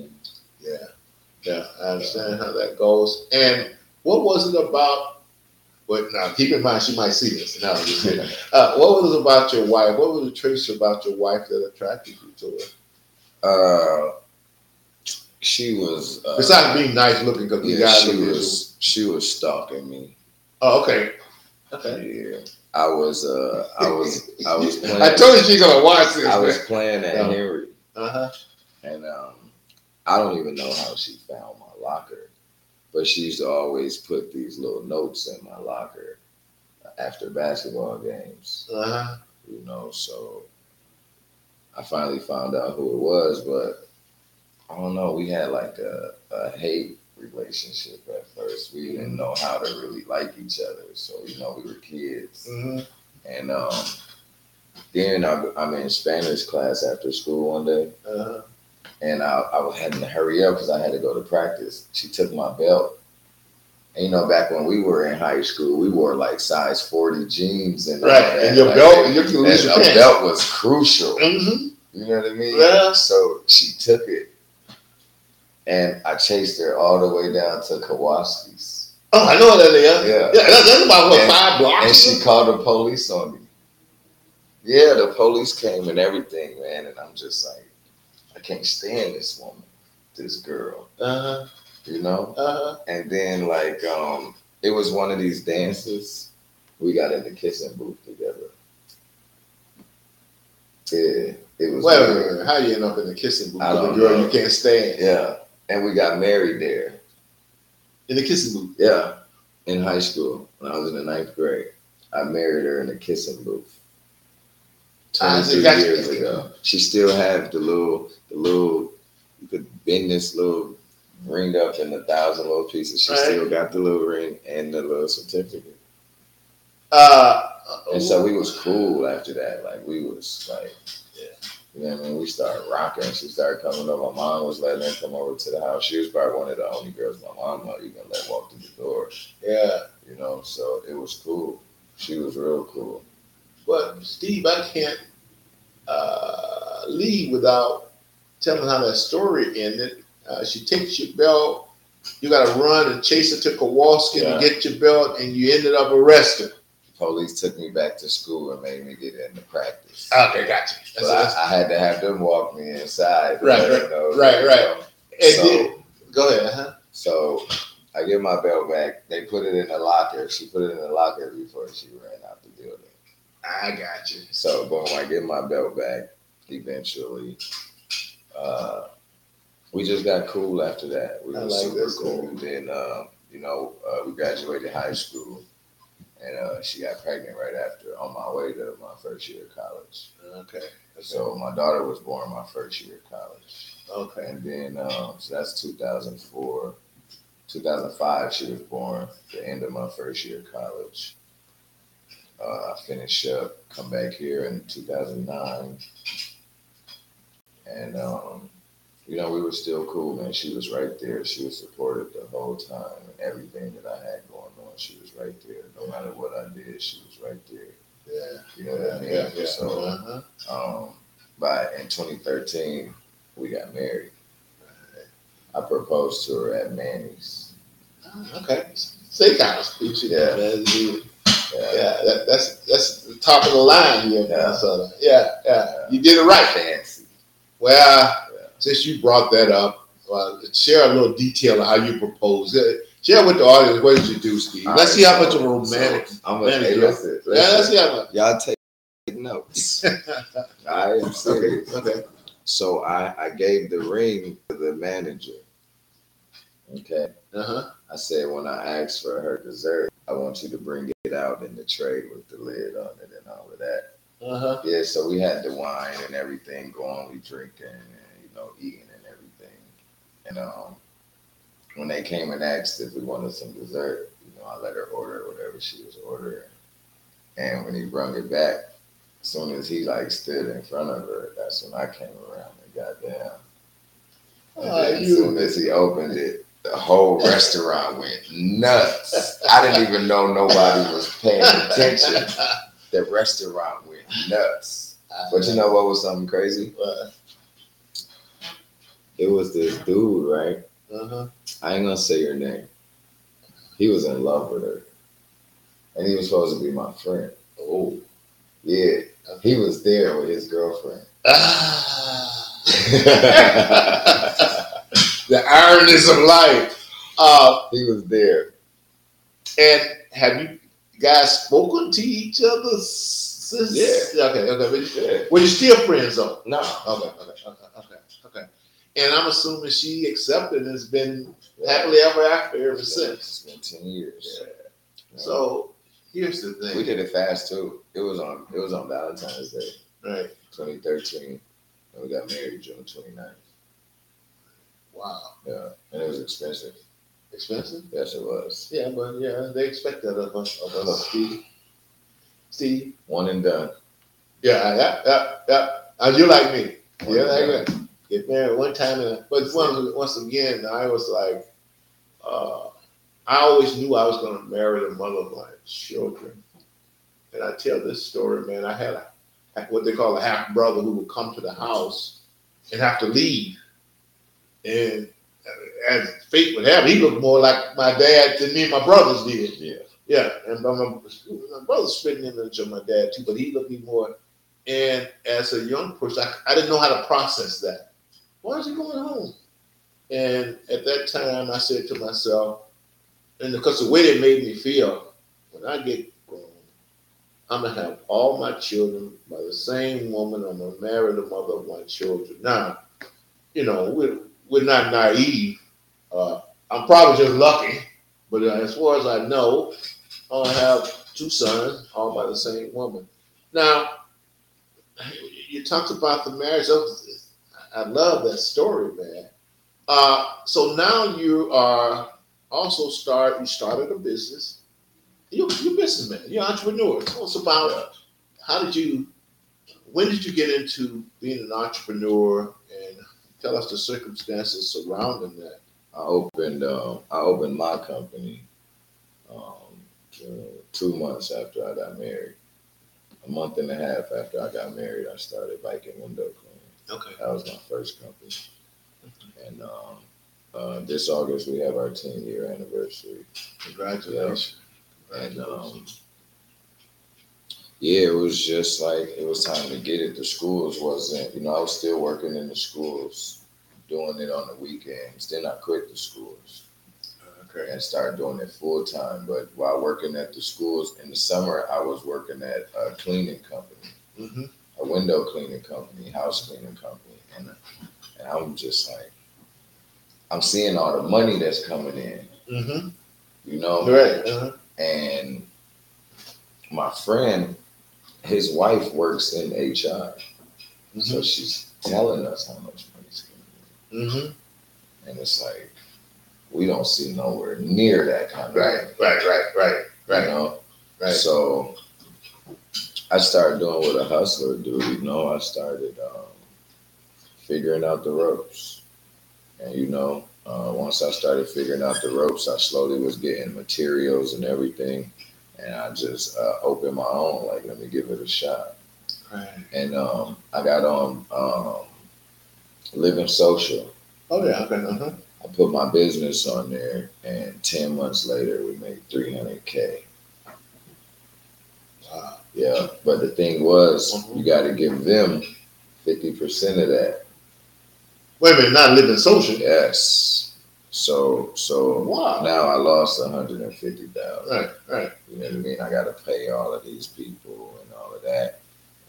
yeah, yeah, I understand how that goes. And what was it about? But now, keep in mind, she might see this. Now, you see. uh, what was it about your wife? What were the traits about your wife that attracted you to her? Uh, she was. Uh, Besides being nice looking, because we yeah, guys she are visual. was. She was stalking me. Oh, okay. Okay. Yeah, I was. Uh, I was. I was playing. I told you she's gonna watch this. I was playing at No. Henry, Uh huh. and um, I don't even know how she found my locker, but she used to always put these little notes in my locker after basketball games. Uh huh. you know. So I finally found out who it was, but I don't know. We had like a, a hate relationship at first. We didn't know how to really like each other. So you know, we were kids, hmm and um, then I, I'm in Spanish class after school one day. Uh huh. And I, I had to hurry up because I had to go to practice. She took my belt. And you know, back when we were in high school, we wore like size 40 jeans and all Right. that. And your Like, belt, and you can and lose your a pants. belt was crucial. Mm-hmm. You know what I mean? Yeah. So she took it, and I chased her all the way down to Kowalski's. Oh, I know that they are. Yeah, Yeah. that, that's about what And- Oh, five blocks. And she called the police on me. Yeah, the police came and everything, man. And I'm just like, I can't stand this woman, this girl, Uh you know? huh. Uh huh. And then, like, um, it was one of these dances. We got in the kissing booth together. Yeah, it was. Wait, wait, weird. wait, wait. How you end up in the kissing booth I with a don't girl know. you can't stand? Yeah, and we got married there. In the kissing booth. Yeah, in high school when I was in the ninth grade, I married her in a kissing booth. Ah, so you Twenty-three got- years ago, she still had the little, the little, you could bend this little ring up in a thousand little pieces. She Right. still got the little ring and the little certificate, Uh. and so we was cool after that. Like we was like. Yeah. You know what I mean? We started rocking. She started coming over. My mom was letting her come over to the house. She was probably one of the only girls my mom not even let walk through the door. yeah. you know. So it was cool. She was real cool. But Steve, I can't uh, leave without telling how that story ended. Uh, she takes your belt. You got to run and chase her to Kowalski to Yeah. get your belt, and you ended up arrested. Police took me back to school and made me get into practice. Okay, gotcha. but I, I had to have them walk me inside. to Right, let them know, right, you right. know. and So, then, go ahead. Uh-huh. so I get my belt back. They put it in the locker. She put it in the locker before she ran out the building. I got you. So boom, I get my belt back eventually. Uh, we just got cool after that. We I were like super this cool. Then uh, you know uh, we graduated high school, and uh, she got pregnant right after on my way to my first year of college. Okay. So my daughter was born my first year of college, Okay. and then um, so that's 2004, 2005. She was born the end of my first year of college. Uh, I finished up, come back here in 2009, and um, you know, we were still cool, man. She was right there. She was supportive the whole time and everything that I had going on. She was right there. No matter what I did, she was right there. Yeah. You know what I mean? Yeah, yeah. So, Uh-huh. um, but in 2013, we got married. I proposed to her at Manny's. Ah, Okay. Steakhouse. You see that, man. You- Yeah. Yeah, that, that's that's the top of the line here in Yeah. Minnesota. Yeah, yeah. Yeah. You did it right. Fancy. Well, Yeah. since you brought that up, uh, share a little detail of how you proposed. Uh, Share with the audience what did you do, Steve? Let's see how much of a romantic. So, I'm gonna romantic hey, you are. listen, yeah, let's listen. see how much. Y'all take notes. I am serious. Okay. So I, I gave the ring to the manager. Okay. Uh huh. I said, when I asked for her dessert, I want you to bring it out in the tray with the lid on it and all of that. Uh huh. Yeah, so we had the wine and everything going, we drinking and you know, eating and everything. And um when they came and asked if we wanted some dessert, you know, I let her order whatever she was ordering. And when he brought it back, as soon as he like stood in front of her, that's when I came around and got down. And Oh, then as you- soon as he opened it, the whole restaurant went nuts. I didn't even know nobody was paying attention. The restaurant went nuts. But you know what was something crazy? Uh It was this dude, right? huh. I ain't gonna say your name. He was in love with her. And he was supposed to be my friend. Oh. Yeah. He was there with his girlfriend. Ah. the ironies of life. Uh, he was there. and have you guys spoken to each other since? Yeah. Okay. Okay. But you- Yeah. Well, you're still friends though. No. Okay. Okay. Okay. Okay. Okay. And I'm assuming she accepted. and It's been happily ever after ever since. It's been ten years. Yeah. So here's the thing. we did it fast too. It was on it was on Valentine's Day, Right. 2013. And we got married June 29th. Wow. Yeah. And it was expensive. Expensive. Yes, it was. Yeah, but yeah, they expect that of us. Of us. Steve. Steve. One and done. Yeah, yeah, yeah, yeah. And you like me. One Yeah, and done. like me. Get married one time, and, but once, once again, I was like, uh, I always knew I was going to marry the mother of my children. And I tell this story, man. I had a what they call a half brother who would come to the house and have to leave. And uh, as fate would have, it, he looked more like my dad than me and my brothers did. Yeah. Yeah, and my, my, my brother's spitting image of my dad too, but he looked me more. And as a young person, I, I didn't know how to process that. Why is he going home? And at that time, I said to myself, and because the way it made me feel, when I get grown, I'm gonna have all my children by the same woman. I'm gonna marry the mother of my children. Now, you know, we're we're not naive. Uh, I'm probably just lucky, but uh, as far as I know, I have two sons, all by the same woman. Now, you talked about the marriage. That was- I love that story, man. Uh, so now you are also start. You started a business. You you businessman. You're an entrepreneur. Tell us about how did you, when did you get into being an entrepreneur, and tell us the circumstances surrounding that. I opened um I opened my company um June- two months after I got married. A month and a half after I got married, I started Viking Window Cleaning. Okay. That was my first company. And um, uh, this August we have our 10 year anniversary. Congratulations. And uh, um, yeah, it was just like it was time to get it. The schools wasn't, you know, I was still working in the schools, doing it on the weekends. Then I quit the schools okay. and started doing it full time. But while working at the schools in the summer, I was working at a cleaning company hmm a window cleaning company, house cleaning company, and and I'm just like, I'm seeing all the money that's coming in, hmm you know, Right. Uh-huh. and my friend, his wife works in HR, Mm-hmm. so she's telling us how much money's coming hmm in, and it's like, we don't see nowhere near that kind of Right, money, right, right, right, you right, know. right. So I started doing what a hustler do, you know. I started um, figuring out the ropes. And you know, uh, once I started figuring out the ropes, I slowly was getting materials and everything, and I just uh, opened my own. Like, let me give it a shot. Right. And um, I got on um, Living Social. Oh yeah. Okay. Uh-huh. I put my business on there, and ten months later, we made three hundred k. Wow. Yeah, but the thing was, Mhm. you got to give them fifty percent of that. Wait a minute. Not living social. Yes. So so Wow. now I lost one hundred and fifty thousand. Right. Right. You know what I mean? I got to pay all of these people and all of that,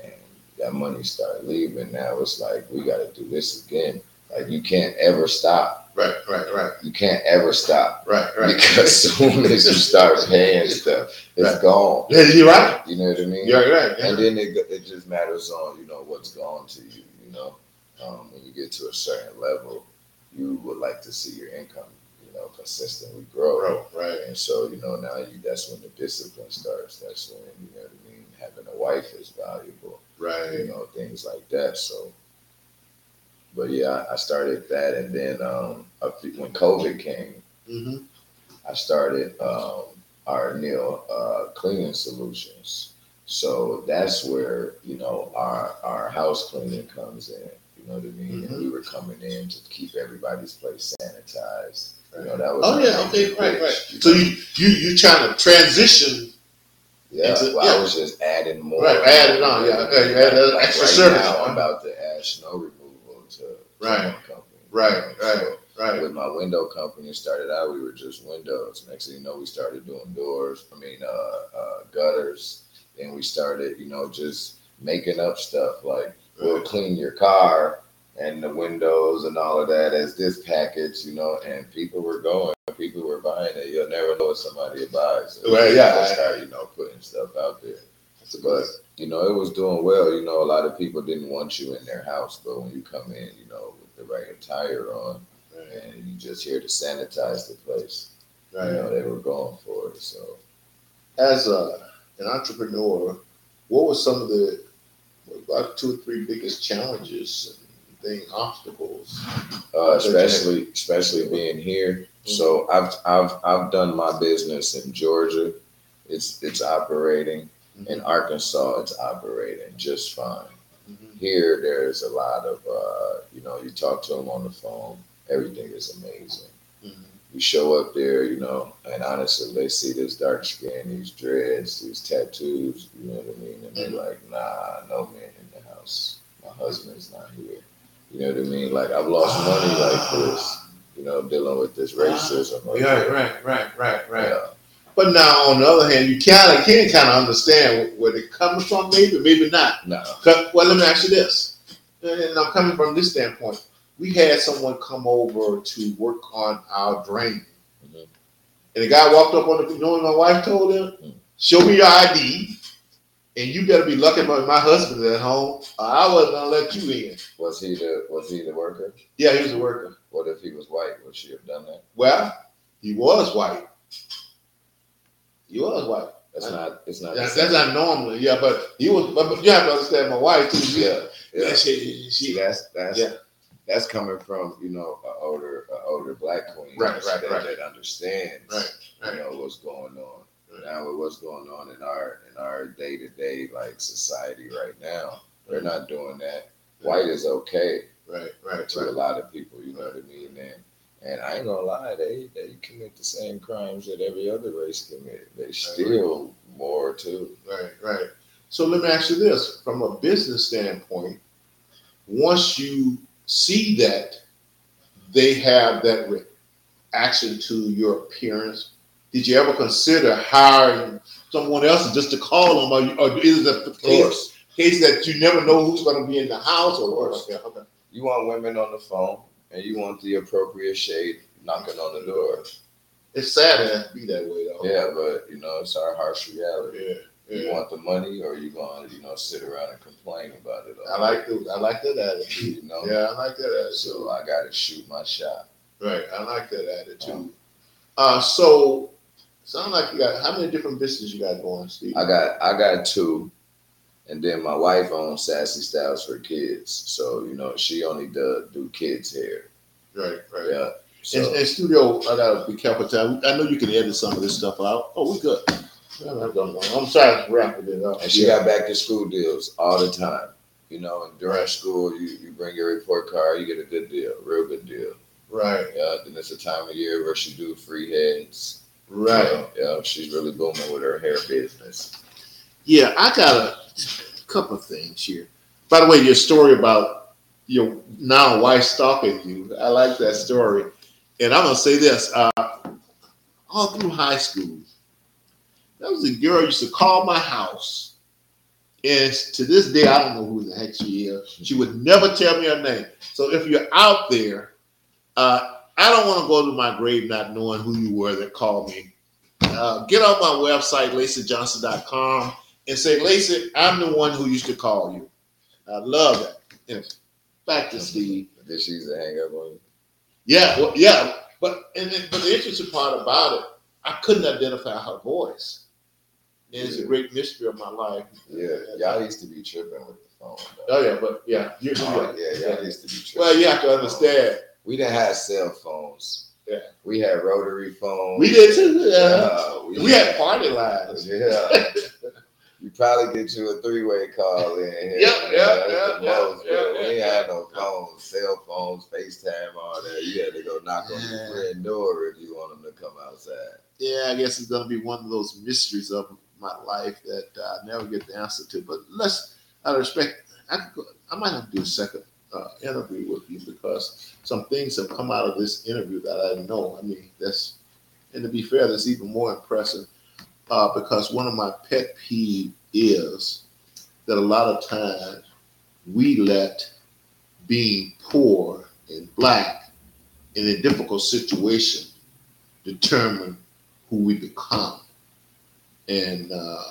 and that money started leaving. Now it's like we got to do this again. Like you can't ever stop. Right. Right. Right. You can't ever stop Right. Right. because soon as you start paying stuff, it's Right. gone. Yeah, You're right. You know what I mean? You're right. And Yeah. then it, go- it just matters on you know what's gone to you. You know, um, when you get to a certain level, you would like to see your income you know consistently grow. Bro, Right. And so you know now you that's when the discipline starts. That's when you know what I mean. Having a wife is valuable. You Right. know things like that. So, but yeah, I I started that, and then um, a few- when COVID came, hmm I started um, our Neil uh, cleaning solutions. So that's where you know our our house cleaning comes in. You know what I mean? Mm-hmm. And we were coming in to keep everybody's place sanitized. You know that was Oh our yeah. main Okay. Right. pitch, Right. you So you you you trying to transition? Yeah, Into- well, yeah. I was just adding more. Right, adding on, yeah, yeah, you added an extra right service. Now, I'm about to add snow removal to to Right. my company. Right, You know, right, So Right. with my window company, it started out we were just windows. Next thing you know, we started doing doors. I mean, uh, uh, gutters. Then we started, you know, just making up stuff like we'll Right. clean your car and the windows and all of that as this package, you know. And people were going, people were buying it. You'll never know what somebody buys. Well, yeah, That's I- how you know putting stuff out there. But you know, it was doing well. You know, a lot of people didn't want you in their house, but when you come in, you know, with the right attire on, Right. and you just here to sanitize the place, you Right. know, they were going for it. So As a, an entrepreneur, what were some of the about two or three biggest challenges and thing obstacles? uh, especially especially being here. So I've I've I've done my business in Georgia. It's it's operating in Arkansas. It's operating just fine. Mhm. Here, there's a lot of uh, you know, you talk to them on the phone. Everything is amazing. Mhm. you show up there, you know, and honestly, they see this dark skin, these dreads, these tattoos, you know what I mean? And Mm-hmm. they're like, nah, no man in the house. My husband's not here. You know what I mean? Like, I've lost money like this, you know, dealing with this racism. or- Oh, Yeah, right, right, right, right. Yeah. But now, on the other hand, you kind of can kind of understand where it comes from, maybe, maybe not. Nah. Cut- Well, let me ask you this, and I'm coming from this standpoint. We had someone come over to work on our drain, Mhm. and the guy walked up on the. You know what my wife told him? Mm. Show me your ID, and you better be lucky my my husband is at home. Or I wasn't gonna let you in. Was he the was he the worker? Yeah, he was a worker. What if he was white? Would she have done that? Well, he was white. He was white. That's not it's not the That's, same. that's not normal. Yeah, but he was. But, but you have to understand my wife too. She, yeah. she, yeah. See, she, that's that's Yeah. that's coming from you know an older a older black queen Right, right, that, right. that understands Right, right. you know what's going on Right. now with what's going on in our in our day to day like society right now. They're not doing that. White is okay right, right, to a right. lot of people. You know what I mean? And and I ain't gonna lie, they they commit the same crimes that every other race commit. They steal more too. Right, right. So let me ask you this from a business standpoint, once you see that they have that reaction to your appearance, did you ever consider hiring someone else just to call them? Or, you- or is it the case, case that you never know who's going to be in the house or Of course. Yeah, okay. You want women on the phone, and you want the appropriate shade knocking on the door. It's sad to be that way, though. Yeah, but you know, it's our harsh reality. Yeah. You yeah. want the money, or you gonna you know sit around and complain about it? All I like those. I like that attitude. you know. Yeah, I like that attitude. So I gotta shoot my shot. Right, I like that attitude. Um, Uh, so, sound like you got how many different businesses you got going, Steve? I got I got two, and then my wife owns Sassy Styles for kids. So you know she only does do kids hair. right, right. Yeah. And, So and studio, I gotta be careful. Too. I know you can edit some of this stuff out. Oh, we good. I'm not gonna- I'm sorry for wrapping it up. and she got back to school deals all the time. You know, and during school, you, you bring your report card, you get a good deal, real good deal. right, Yeah, then it's a time of year where she do free heads. right. Yeah, she's really booming with her hair business. Yeah, I got a couple of things here. By the way, your story about your now wife stalking you, I like that story. And I'm gonna say this: uh, all through high school, there was a girl used to call my house, and to this day, I don't know who the heck she is. She would never tell me her name. So if you're out there, uh, I don't want to go to my grave not knowing who you were that called me. Uh, get on my website, LaceyJohnson.com, and say, Lacey, I'm the one who used to call you. I love that. Yeah. Back to Steve. Did she used to hang up on you? Yeah, well, yeah, but and then, but the interesting part about it, I couldn't identify her voice. And it's a great mystery of my life. Yeah, y'all used to be tripping with the phone. Though. Oh yeah, but yeah, you Oh, yeah. yeah, y'all used to be tripping. Well, you have to understand. We didn't have cell phones. Yeah. We had rotary phones. We did too. Yeah. Uh, We had party lines. Yeah. you probably get you a three way call in here. Yeah, yeah, that's the yeah, most, yeah, but yeah, We ain't yeah. had no phones, cell phones, FaceTime, all that. You had to go knock on Yeah. your friend door if you want them to come outside. Yeah, I guess it's gonna be one of those mysteries of my life that uh, I never get the answer to. But let's, out of respect, I could go, I might have to do a second uh, interview with you because some things have come out of this interview that I didn't know. I mean, that's and to be fair, that's even more impressive uh, because one of my pet peeve is that a lot of times we let being poor and black in a difficult situation determine who we become. And uh,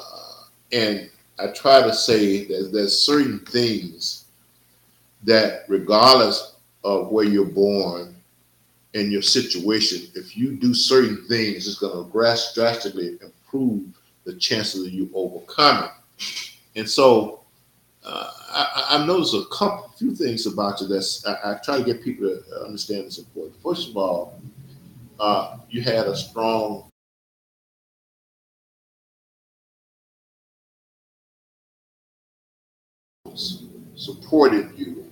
and I try to say that there's certain things that, regardless of where you're born and your situation, if you do certain things, it's going to drastically improve the chances of you overcoming. And so. Uh, I, I- I've noticed a couple, few things about you that's I, I try to get people to understand this important. First of all, uh, you had a strong supported you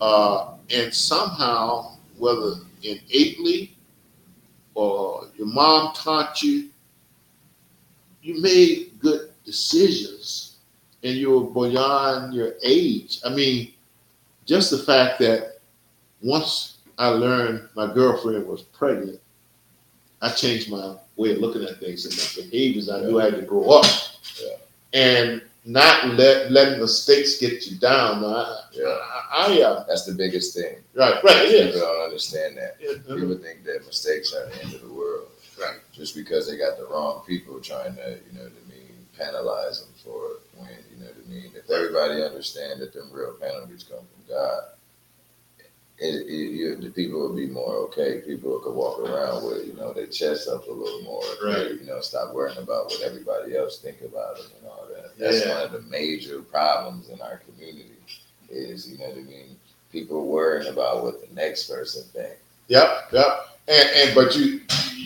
uh, and somehow whether innately or your mom taught you you made good decisions and you were beyond your age i mean just the fact that once i learned my girlfriend was pregnant i changed my way of looking at things and my behaviors i knew i had to grow up Yeah. and not let letting mistakes get you down I, Yeah. I, I uh, That's the biggest thing. Right, right, it People is. Mm-hmm. don't understand that. People think that mistakes are the end of the world. Right. Just because they got the wrong people trying to, you know what I mean, penalize them for it when, you know what I mean, if everybody understand that them real penalties come from God, it, it, you, the people would be more okay. People could walk around with, you know, their chest up a little more. Right. You know, stop worrying about what everybody else think about them and all that. That's Yeah. one of the major problems in our community is, you know what I mean, people worrying about what the next person thinks. Yep, yep. And and but you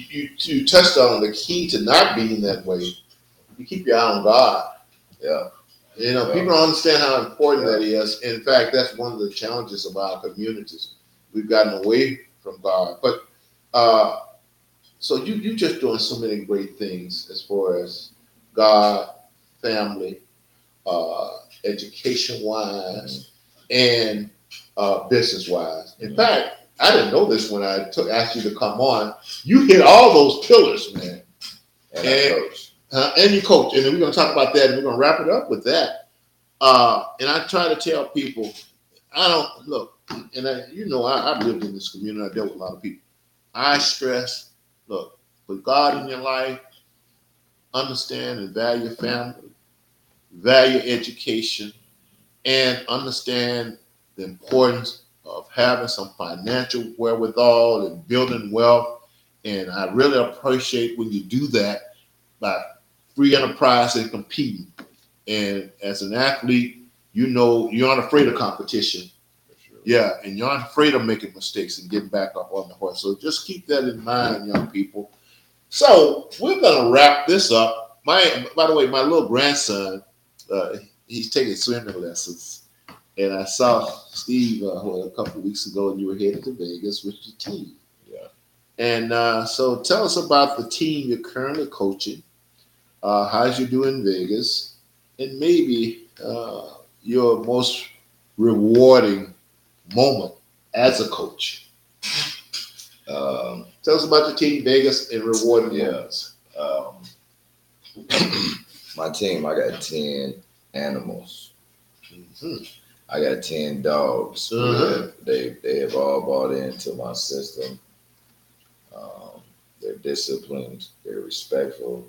you you touched on the key to not being that way. You keep your eye on God. Yeah. You know, Yeah. people don't understand how important that is. In fact, that's one of the challenges of our communities. We've gotten away from God. But uh so you you just doing so many great things as far as God, family, uh education wise, and uh, business wise. In Mhm. fact, I didn't know this when I took asked you to come on. You hit all those pillars, man, and And- our coach. uh, and you coach. And then we're going to talk about that, and we're going to wrap it up with that. Uh, and I try to tell people, I don't look, and I, you know, I, I've lived in this community. I dealt with a lot of people. I stress, look, with God in your life, understand and value family, value education, and understand the importance of having some financial wherewithal and building wealth. And I really appreciate when you do that by free enterprise and competing. And as an athlete, you know you're not afraid of competition. For sure. Yeah, and you're not afraid of making mistakes and getting back up on the horse. So just keep that in mind, young people. So we're gonna wrap this up. My by the way, my little grandson, uh, he's taking swimming lessons, and I saw Steve uh, what, a couple weeks ago, and you were headed to Vegas with the team. Yeah. And uh, so tell us about the team you're currently coaching. Uh, how's you doing in Vegas, and maybe uh, your most rewarding moment as a coach. Um, Tell us about your team, Vegas, and rewarding Yeah. moments. um, my team, I got 10 animals. Mhm. I got 10 dogs. Uh-huh. They, they have all bought into my system. Um, they're disciplined, they're respectful.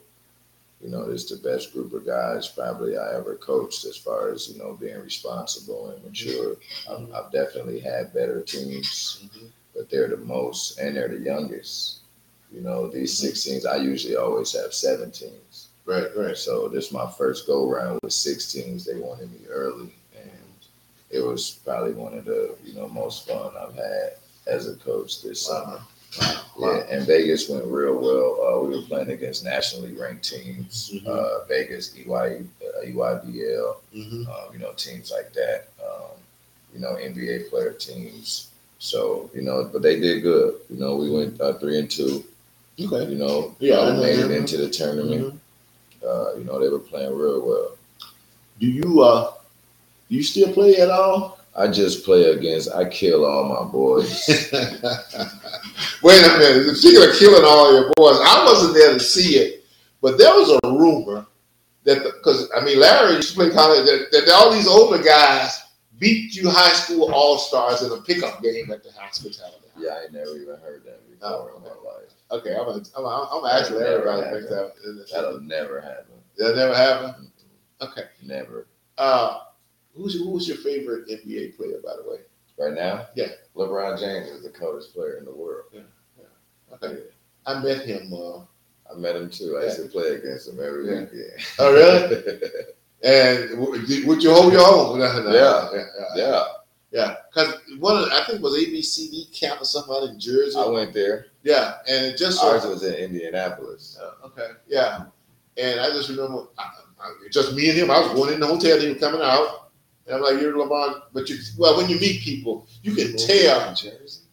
You know, it's the best group of guys probably I ever coached as far as, you know, being responsible and mature. I've, I've definitely had better teams Mhm. but they're the most and they're the youngest. You know, these 16s, I usually always have 17s. Right, right. So this my first go round with 16s. They wanted me early, and it was probably one of the you know most fun I've had as a coach this summer. Yeah, and Vegas went real well. Uh, we were playing against nationally ranked teams, Mhm. uh, Vegas, EY, uh, EYBL, Mhm. um, you know, teams like that, um, you know, NBA player teams. So, you know, but they did good. You know, we went uh, three and two, Okay. you know, Yeah, I uh, know made it them. into the Mm-hmm. tournament. Uh, you know, they were playing real well. Do you uh, do you still play at all? I just play against, I kill all my boys. Wait a minute. Speaking of killing all your boys, I wasn't there to see it, but there was a rumor that because I mean Larry used to play college that, that all these older guys beat you high school all stars in a pickup game at the hospitality. yeah, I ain't never even heard that before in my life. Oh, Okay, I'm gonna I'm, gonna- I'm gonna ask That'll Larry never about happen. it. That That'll never happen. that never happened. Mm-mm, Okay. Never. Uh, who's who's your favorite NBA player, by the way? Right now? Yeah. LeBron James is the coldest player in the world. Okay. I met him. Uh, I met him too. I used to play against him every Yeah. weekend. oh, really? And w- did- would you hold your own? Yeah. yeah, yeah. yeah. yeah. Cause one, of, the- I think it was ABCD camp or something out in Jersey. I went there. yeah, and it just so, Ours was in Indianapolis. Uh, okay, yeah. And I just remember, I, I, it just me and him. I was going in the hotel, he was coming out, and I'm like, "You're LeBron," but you well, when you meet people, you can tell. Jersey.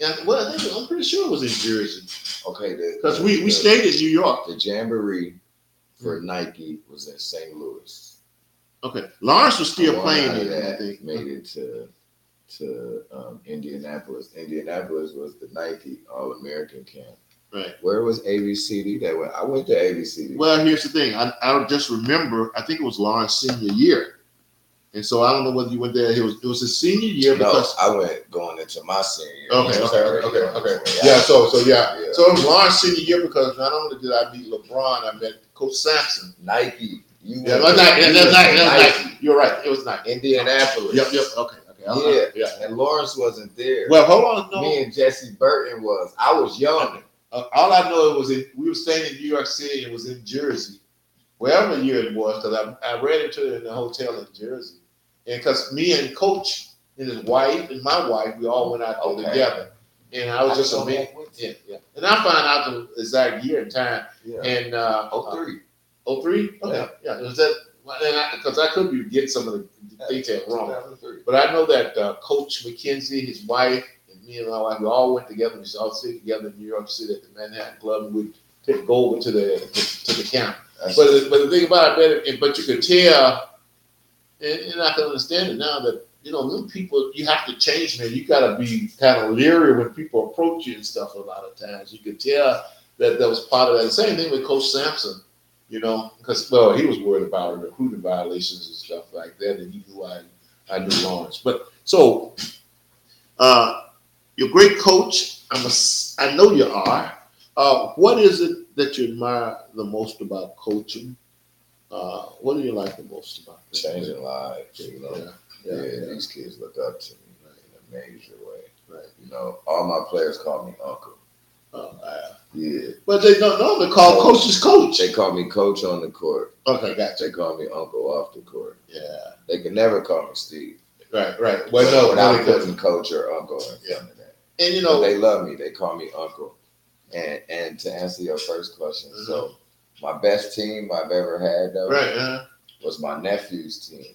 And I- well, I think I'm pretty sure it was in Jersey Okay, the because we, the- we stayed in New York. The jamboree for Nike was in St. Louis. Okay, Lawrence was still One playing out of it. I that think. made it to to um, Indianapolis. Indianapolis was the Nike All American camp. Right. Where was ABCD that way? I went to ABCD. Well, here's the thing. I, I don't just remember. I think it was Lawrence senior year, and so I don't know whether you went there. It was it was his senior year no, because I went going into my senior. year. okay, It was okay, already okay, going okay. into- Yeah. So so yeah. Yeah. So it was Lawrence senior year because not only did I meet LeBron, I met Coach Sampson. Nike. You Yeah, that's went to- not, you that's went not, to that's not, you're right. It was not. E. Indianapolis. Yep. Yep. Okay. Okay. I- I- Yeah. Yeah. And Lawrence wasn't there. Well, hold on. No. Me and Jesse Burton was. I was young. Uh, all I know it was in, we were staying in New York City. It was in Jersey, wherever year it was, because I, I ran into it in the hotel in Jersey, and because me and Coach and his wife and my wife, we all went out there Okay. together, and I was just I a man. don't know what- Yeah, yeah. And I found out the exact year and time, Yeah. and uh, Oh three. oh three, okay, Yeah. yeah, It was that because I, could be getting some of the details wrong, 2003. but I know that uh, Coach McKenzie, his wife, and me and my wife, we all went together. We all stayed together in New York City at the Manhattan Club, and we'd take, go over to the to, the camp. That's- But the- but the thing about it, man, but you could tell, and, and I can understand it now that you know when people you have to change, man. You got to be kind of leery when people approach you and stuff. A lot of times, you could tell that that was part of that. Same thing with Coach Sampson. You know, because well, he was worried about recruiting violations and stuff like that, and he knew I I knew Lawrence. But so, uh, you're a great coach. I'm a, s- I know you are. Uh, what is it that you admire the most about coaching? Uh, what do you like the most about it? changing lives. You know. Yeah, yeah, Yeah, yeah. these kids look up to me in a major way. Right. You know, all my players call me uncle. Oh, wow. Yeah. but they don't normally call Coach. coaches coach. They call me coach on the court. Okay, gotcha. They call me uncle off the court. Yeah, They can never call me Steve. Right, right. Well, Well, no, without no, because putting coach or uncle in front of that. and you But know, they love me. They call me uncle. And and to answer your first question, so my best team I've ever had though Mm-hmm. right, uh, was my nephew's team.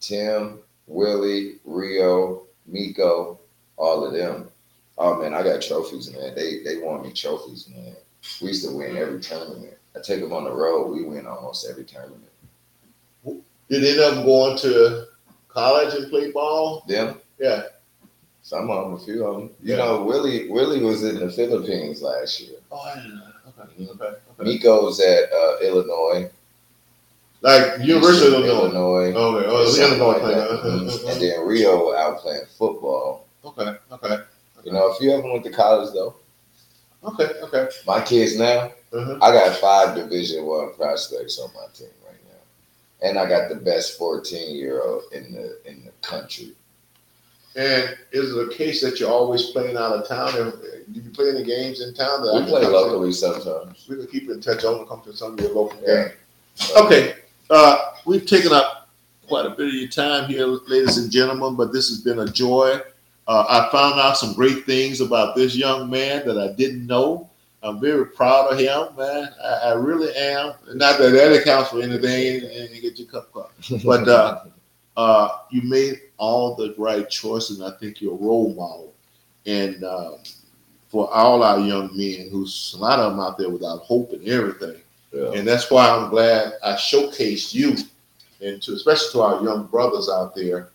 Tim, Willie, Rio, Miko, all of them. Oh man, I got trophies, man. They they won me trophies, man. We used to win every tournament. I take them on the road. We win almost every tournament. did end up going to college and play ball. Them, Yeah. some of them, a few of them. Yeah. You know, Willie Willie was in the Philippines last year. Oh, I didn't know. Okay, Mhm. okay, okay. Miko's at uh, Illinois. Like University of Illinois. Illinois. Okay, oh, it's something Illinois. like that. Mhm. and okay, then Rio out playing football. okay, okay, You know, if you ever went to college though, okay, okay. my kids now, Uh-huh. I got five Division One prospects on my team right now, and I got the best fourteen year old in the in the country. And is it a case that you're always playing out of town? And do you play any games in town? That I We can play come to? locally sometimes. We can keep in touch. I'm gonna come to some of your local Yeah. games. Okay, uh, we've taken up quite a bit of your time here, ladies and gentlemen, but this has been a joy. Uh, I found out some great things about this young man that I didn't know. I'm very proud of him, man. I, I really am. Not that that accounts for anything, and you get your cup cup. But uh, uh, you made all the right choices, and I think you're a role model. And uh, for all our young men, who's a lot of them out there without hope and everything. Yeah. And that's why I'm glad I showcased you, and to especially to our young brothers out there,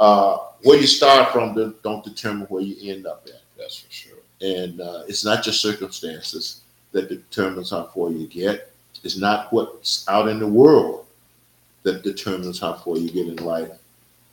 uh, where you start from don't- don't determine where you end up at. that's for sure. And uh, it's not your circumstances that determines how far you get. It's not what's out in the world that determines how far you get in life.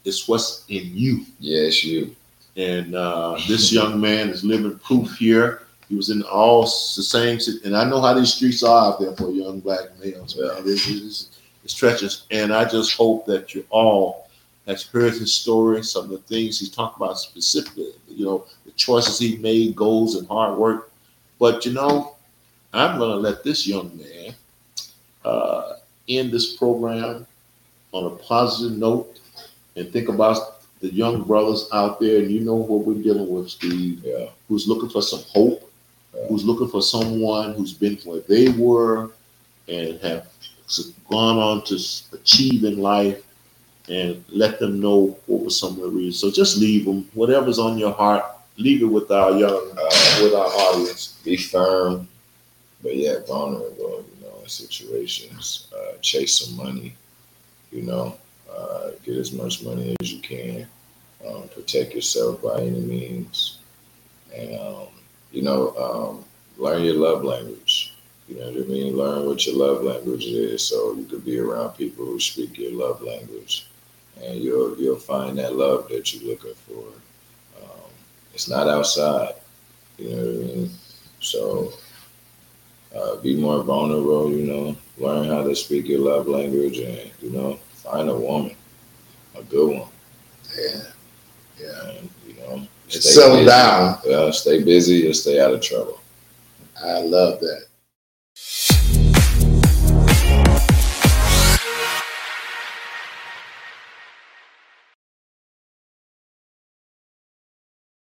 It's what's in you. Yes, you. And uh, this young man is living proof here. He was in all s- the same, sit- and I know how these streets are out there for young black males. Man. Yeah. It's, it's, it's treacherous, and I just hope that you all has heard his story, some of the things he's talked about specifically. You know, the choices he made, goals, and hard work. But you know, I'm gonna let this young man uh, end this program on a positive note and think about the young brothers out there, and you know what we're dealing with, Steve, Yeah, who's looking for some hope, Yeah. who's looking for someone who's been where they were and have s- gone on to s- achieve in life, and let them know what was some of the reasons. So just leave them, whatever's on your heart, leave it with our young, Uh, with our audience. be firm, but yeah, vulnerable. You know, in situations, uh, chase some money. You know, uh, get as much money as you can. Um, protect yourself by any means, and um, you know, um, learn your love language. You know what I mean? Learn what your love language is, so you could be around people who speak your love language, and you'll you'll find that love that you're looking for. Um, it's not outside. You know what I mean? So uh, be more vulnerable, you know, learn how to speak your love language and, you know, find a woman, a good one. Yeah, And, you know, Settle busy. down. Yeah, stay busy and stay out of trouble. I love that.